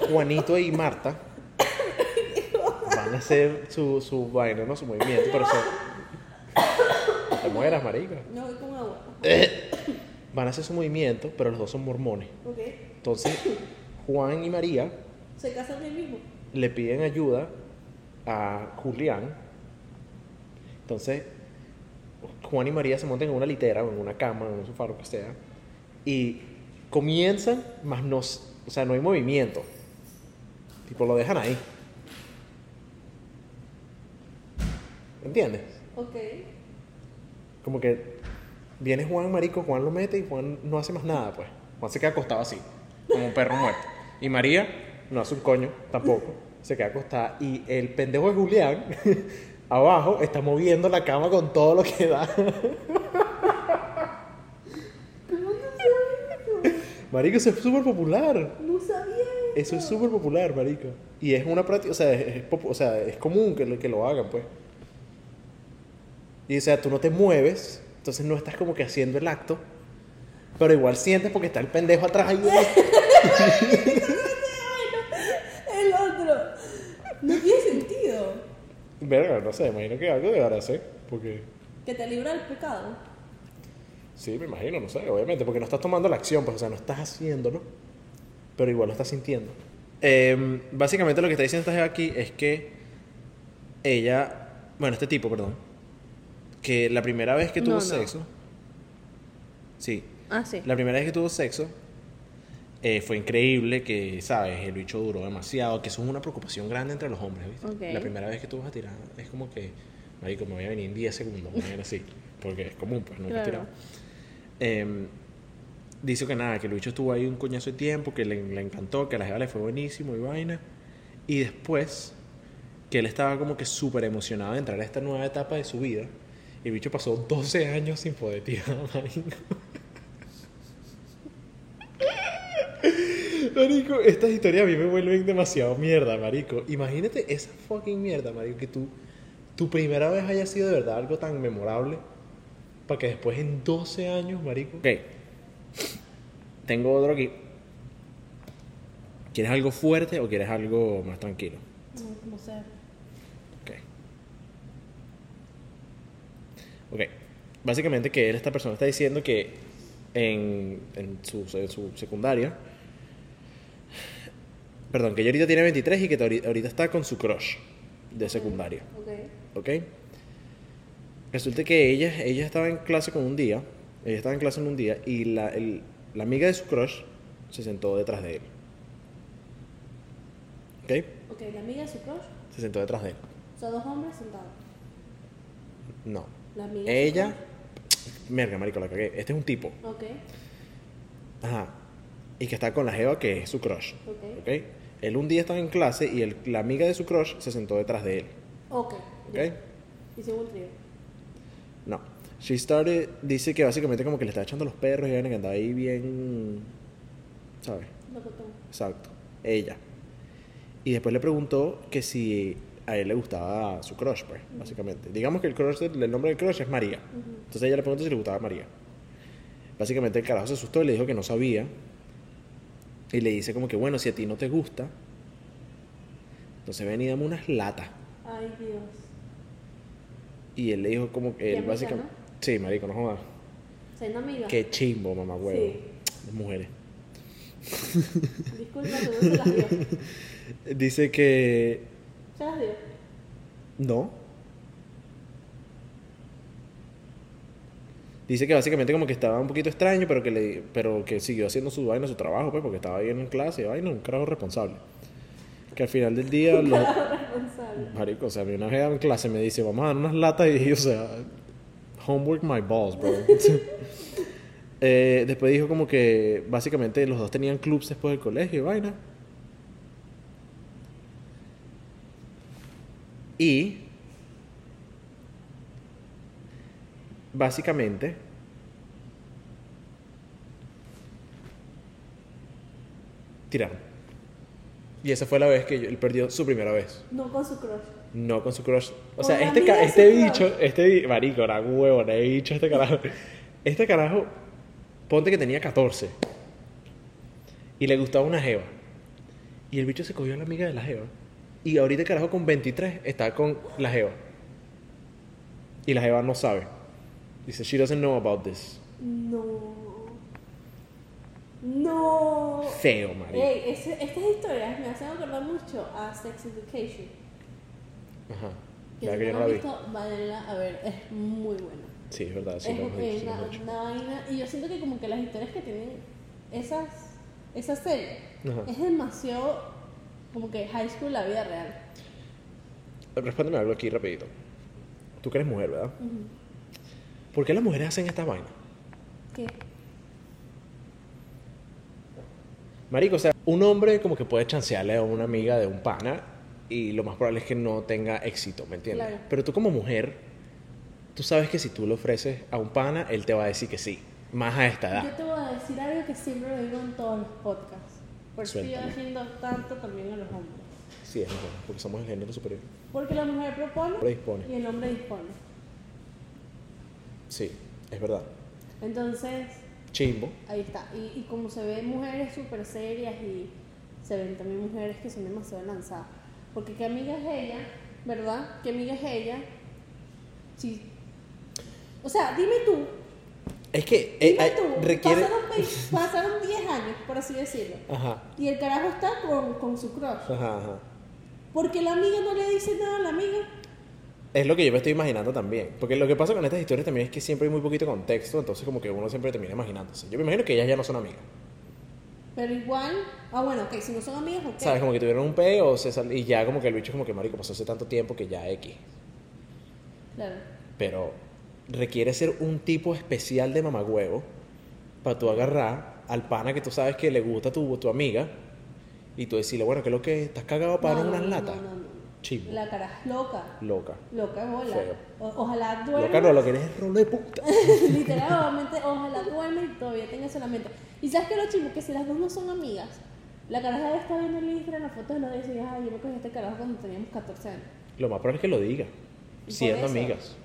Speaker 1: Juanito y Marta van a hacer su, su vaina, ¿no? Su movimiento, pero son... No te mueras, marico.
Speaker 4: No voy con agua.
Speaker 1: Van a hacer su movimiento, pero los dos son mormones.
Speaker 4: Ok.
Speaker 1: Entonces, Juan y María
Speaker 4: Se casan él mismo.
Speaker 1: le piden ayuda a Julián. Entonces, Juan y María se montan en una litera o en una cama, en un sofá, lo que sea, y comienzan, más no, s- o sea, no hay movimiento. Tipo, lo dejan ahí. ¿Entiendes?
Speaker 4: Ok.
Speaker 1: Como que viene Juan, marico, Juan lo mete y Juan no hace más nada, pues. Juan se queda acostado así, como un perro muerto. Y María no hace un coño tampoco, se queda acostada. Y el pendejo de Julián, abajo, está moviendo la cama con todo lo que da.
Speaker 4: ¿Cómo no sabía eso?
Speaker 1: Marico, eso es súper popular.
Speaker 4: No sabía eso.
Speaker 1: Eso es súper popular, marico. Y es una práctica, o sea, es, es popu- o sea, es común que lo, que lo hagan, pues. Y o sea, tú no te mueves, entonces no estás como que haciendo el acto, pero igual sientes porque está el pendejo atrás ahí.
Speaker 4: El otro. No tiene sentido.
Speaker 1: Verga, no sé, imagino que algo deberá hacer, porque...
Speaker 4: Que te libra del pecado.
Speaker 1: Sí, me imagino, no sé, obviamente, porque no estás tomando la acción, pues, o sea, no estás haciéndolo, pero igual lo estás sintiendo. Eh, básicamente lo que está diciendo esta jeva aquí es que ella, bueno, este tipo, perdón, que la primera vez que tuvo
Speaker 2: No, no.
Speaker 1: sexo, sí,
Speaker 2: Ah, sí.
Speaker 1: la primera vez que tuvo sexo eh, fue increíble, que, ¿sabes? El bicho duró demasiado, que eso es una preocupación grande entre los hombres, ¿viste?
Speaker 2: Ok.
Speaker 1: La primera vez que tú vas a tirar es como que, marico, me voy a venir en 10 segundos, una vaina así, porque es común, pues, no
Speaker 2: Claro.
Speaker 1: he tirado. Em, dice que nada, que el bicho estuvo ahí un coñazo de tiempo, que le, le encantó, que a la jeva le fue buenísimo y vaina. Y después, que él estaba como que súper emocionado de entrar a esta nueva etapa de su vida. Y el bicho pasó 12 años sin poder tirar, marico. Marico, estas historias a mí me vuelven demasiado mierda, marico. Imagínate esa fucking mierda, marico, que tú, tu primera vez haya sido de verdad algo tan memorable para que después en 12 años, marico. Ok. Tengo otro aquí. ¿Quieres algo fuerte o quieres algo más tranquilo?
Speaker 4: No, como sea.
Speaker 1: Ok. Ok. Básicamente que él, esta persona está diciendo que en, en su, en su secundaria, perdón, que ella ahorita tiene 23 y que ahori- ahorita está con su crush de secundaria.
Speaker 4: Ok.
Speaker 1: ¿ok? Resulta que ella, ella estaba en clase con un día, ella estaba en clase en un día y la, el- la amiga de su crush se sentó detrás de él. ¿Ok?
Speaker 4: Ok, la amiga de su crush.
Speaker 1: Se sentó detrás de él.
Speaker 4: O sea, dos hombres sentados.
Speaker 1: No.
Speaker 4: La amiga. de su
Speaker 1: Ella... Merga, marico, la cagué. Este es un tipo.
Speaker 4: crush. Ok.
Speaker 1: Ajá. Y que está con la jeva que es su crush.
Speaker 4: Ok.
Speaker 1: ¿Ok? Él un día estaba en clase y el- la amiga de su crush se sentó detrás de él.
Speaker 4: Ok.
Speaker 1: ¿Ok?
Speaker 4: ya. Hicimos un trío.
Speaker 1: No. She started, dice que básicamente como que le estaba echando los perros y vaina, que andaba ahí bien. ¿Sabes?
Speaker 4: Lo que tú.
Speaker 1: Exacto. Ella. Y después le preguntó que si a él le gustaba su crush, pues, básicamente. Digamos que el crush, del- el nombre del crush es María. Entonces ella le preguntó si le gustaba María. Básicamente el carajo se asustó y le dijo que no sabía. Y le dice como que, bueno, si a ti no te gusta, entonces ven y dame unas latas.
Speaker 2: Ay, Dios.
Speaker 1: Y él le dijo como
Speaker 2: ¿Y
Speaker 1: que, él
Speaker 2: amiga,
Speaker 1: básicamente... Sí, marico, no jodas.
Speaker 2: Soy una amiga.
Speaker 1: Qué chimbo, mamá, huevo.
Speaker 2: Sí.
Speaker 1: De Mujeres.
Speaker 2: Disculpa, tú no se las dio.
Speaker 1: Dice que...
Speaker 2: Se las dio.
Speaker 1: No. Dice que básicamente como que estaba un poquito extraño, pero que, le, pero que siguió haciendo su vaina, su trabajo, pues, porque estaba bien en clase, vaina, un carajo responsable. Que al final del día... los-
Speaker 2: Responsable.
Speaker 1: Marico, o sea, a mí una vez en clase me dice, vamos a dar unas latas y dije, o sea, homework my balls, bro. Eh, después dijo como que básicamente los dos tenían clubs después del colegio y vaina. Y básicamente tiraron. Y esa fue la vez que yo- él perdió su primera vez.
Speaker 2: No con su crush.
Speaker 1: No con su crush. O
Speaker 2: Con
Speaker 1: sea,
Speaker 2: la
Speaker 1: este,
Speaker 2: amiga
Speaker 1: ca-
Speaker 2: de su
Speaker 1: este
Speaker 2: crush.
Speaker 1: bicho, este bi- marico, era un huevón, he dicho este carajo. Este carajo, ponte que tenía 14 y le gustaba una jeva. Y el bicho se cogió a la amiga de la jeva. Y ahorita el carajo con 23 está con la jeva. Y la jeva no sabe. Dice, she doesn't know about this.
Speaker 2: No. No.
Speaker 1: Feo, marico.
Speaker 2: Ey, ese- estas historias me hacen acordar mucho a Sex Education.
Speaker 1: Ajá.
Speaker 2: Que
Speaker 1: Ya
Speaker 2: si
Speaker 1: que yo no
Speaker 2: no la
Speaker 1: la
Speaker 2: han
Speaker 1: vi.
Speaker 2: visto, váyanla a ver, es muy buena.
Speaker 1: Sí, es verdad, sí,
Speaker 2: es
Speaker 1: lo hemos dicho, lo
Speaker 2: una,
Speaker 1: hemos dicho.
Speaker 2: una vaina. Y yo siento que como que las historias que tienen esas, esa serie
Speaker 1: Ajá.
Speaker 2: es demasiado como que high school la vida real.
Speaker 1: Respóndeme algo aquí rapidito. Tú que eres mujer, ¿verdad? ¿Por qué las mujeres hacen esta vaina?
Speaker 2: ¿Qué?
Speaker 1: Marico, o sea, un hombre como que puede chancearle a una amiga de un pana y lo más probable es que no tenga éxito, ¿me entiendes?
Speaker 2: Claro.
Speaker 1: Pero tú como mujer, tú sabes que si tú le ofreces a un pana, él te va a decir que sí, más a esta
Speaker 2: Yo
Speaker 1: edad.
Speaker 2: te voy a decir algo que siempre lo digo en todos los podcasts. Por eso yo
Speaker 1: Suéltalo.
Speaker 2: defiendo tanto también a los hombres.
Speaker 1: Sí, es mejor, porque somos el género superior.
Speaker 2: Porque la mujer propone
Speaker 1: Lo dispone.
Speaker 2: y el hombre dispone.
Speaker 1: Sí, es verdad.
Speaker 2: Entonces,
Speaker 1: Chimbo.
Speaker 2: Ahí está. Y, y como se ven mujeres súper serias y se ven también mujeres que son demasiado lanzadas. Porque qué amiga es ella, ¿verdad? ¿Qué amiga es ella? Sí. O sea, dime tú.
Speaker 1: Es que eh,
Speaker 2: Dime
Speaker 1: hay-
Speaker 2: tú.
Speaker 1: requiere...
Speaker 2: Pasaron, vein- pasaron 10 años, por así decirlo.
Speaker 1: Ajá,
Speaker 2: Y el carajo está con, con su crush.
Speaker 1: ajá, ajá.
Speaker 2: Porque la amiga no le dice nada a la amiga.
Speaker 1: Es lo que yo me estoy imaginando también. Porque lo que pasa con estas historias también es que siempre hay muy poquito contexto, entonces como que uno siempre termina imaginándose. Yo me imagino que ellas ya no son amigas.
Speaker 2: Pero igual. Ah, bueno, ok, si no son amigas, ok.
Speaker 1: ¿Sabes? Como que tuvieron un peo se sal- y ya como que el bicho como que marico pasó hace tanto tiempo que ya X.
Speaker 2: Claro.
Speaker 1: Pero requiere ser un tipo especial de mamagüevo para tú agarrar al pana que tú sabes que le gusta tu, tu amiga y tú decirle, bueno, ¿qué es lo que? ¿Estás cagado para
Speaker 2: No,
Speaker 1: unas
Speaker 2: no, no,
Speaker 1: latas?
Speaker 2: no, no, no.
Speaker 1: Chimbo.
Speaker 2: La cara es loca.
Speaker 1: Loca.
Speaker 2: Loca, bola.
Speaker 1: Feo.
Speaker 2: O- ojalá duerma.
Speaker 1: Loca no, lo que eres es rolo de puta.
Speaker 2: Literalmente, ojalá duerme y todavía tenga solamente. Y sabes que lo chingo, que si las dos no son amigas, la caraja está viendo el Instagram, las fotos de los días y dice, ay, yo me cogí a este carajo cuando teníamos 14 años.
Speaker 1: Lo más probable es que lo diga.
Speaker 2: Por
Speaker 1: Siendo
Speaker 2: eso.
Speaker 1: amigas.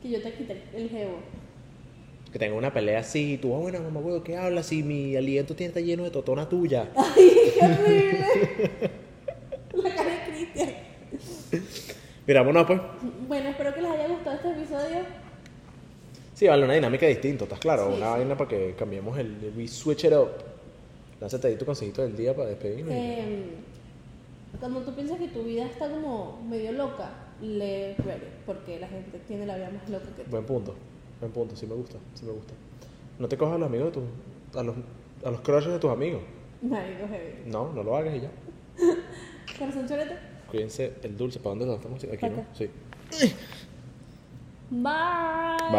Speaker 2: Que yo te quité el jevo.
Speaker 1: Que tengan una pelea así y tú, ah, bueno, mamagüevo, ¿qué hablas? Si mi aliento tiene está lleno de totona tuya.
Speaker 2: ¡Ay, qué horrible! la cara de Cristian.
Speaker 1: Mira, bueno, pues.
Speaker 2: Bueno, espero que les haya gustado este episodio.
Speaker 1: Sí, vale, una dinámica distinta, ¿estás claro?
Speaker 2: Sí,
Speaker 1: una
Speaker 2: sí.
Speaker 1: vaina para que cambiemos el. We switch it up. Lánzate ahí tu consejito del día para despedirnos. y-
Speaker 2: Eh, cuando tú piensas que tu vida está como medio loca, lee Reddit, porque la gente tiene la vida más loca que tú.
Speaker 1: Buen punto, buen punto, sí me gusta, sí me gusta. No te cojas a los amigos de tus. a los, a los crushes de tus amigos.
Speaker 2: Marico heavy.
Speaker 1: No, no lo hagas y ya.
Speaker 2: Corazón chorete.
Speaker 1: Cuídense el dulce, ¿para dónde lo estamos? Aquí, ¿no?
Speaker 2: Acá.
Speaker 1: Sí.
Speaker 2: Bye.
Speaker 1: Bye.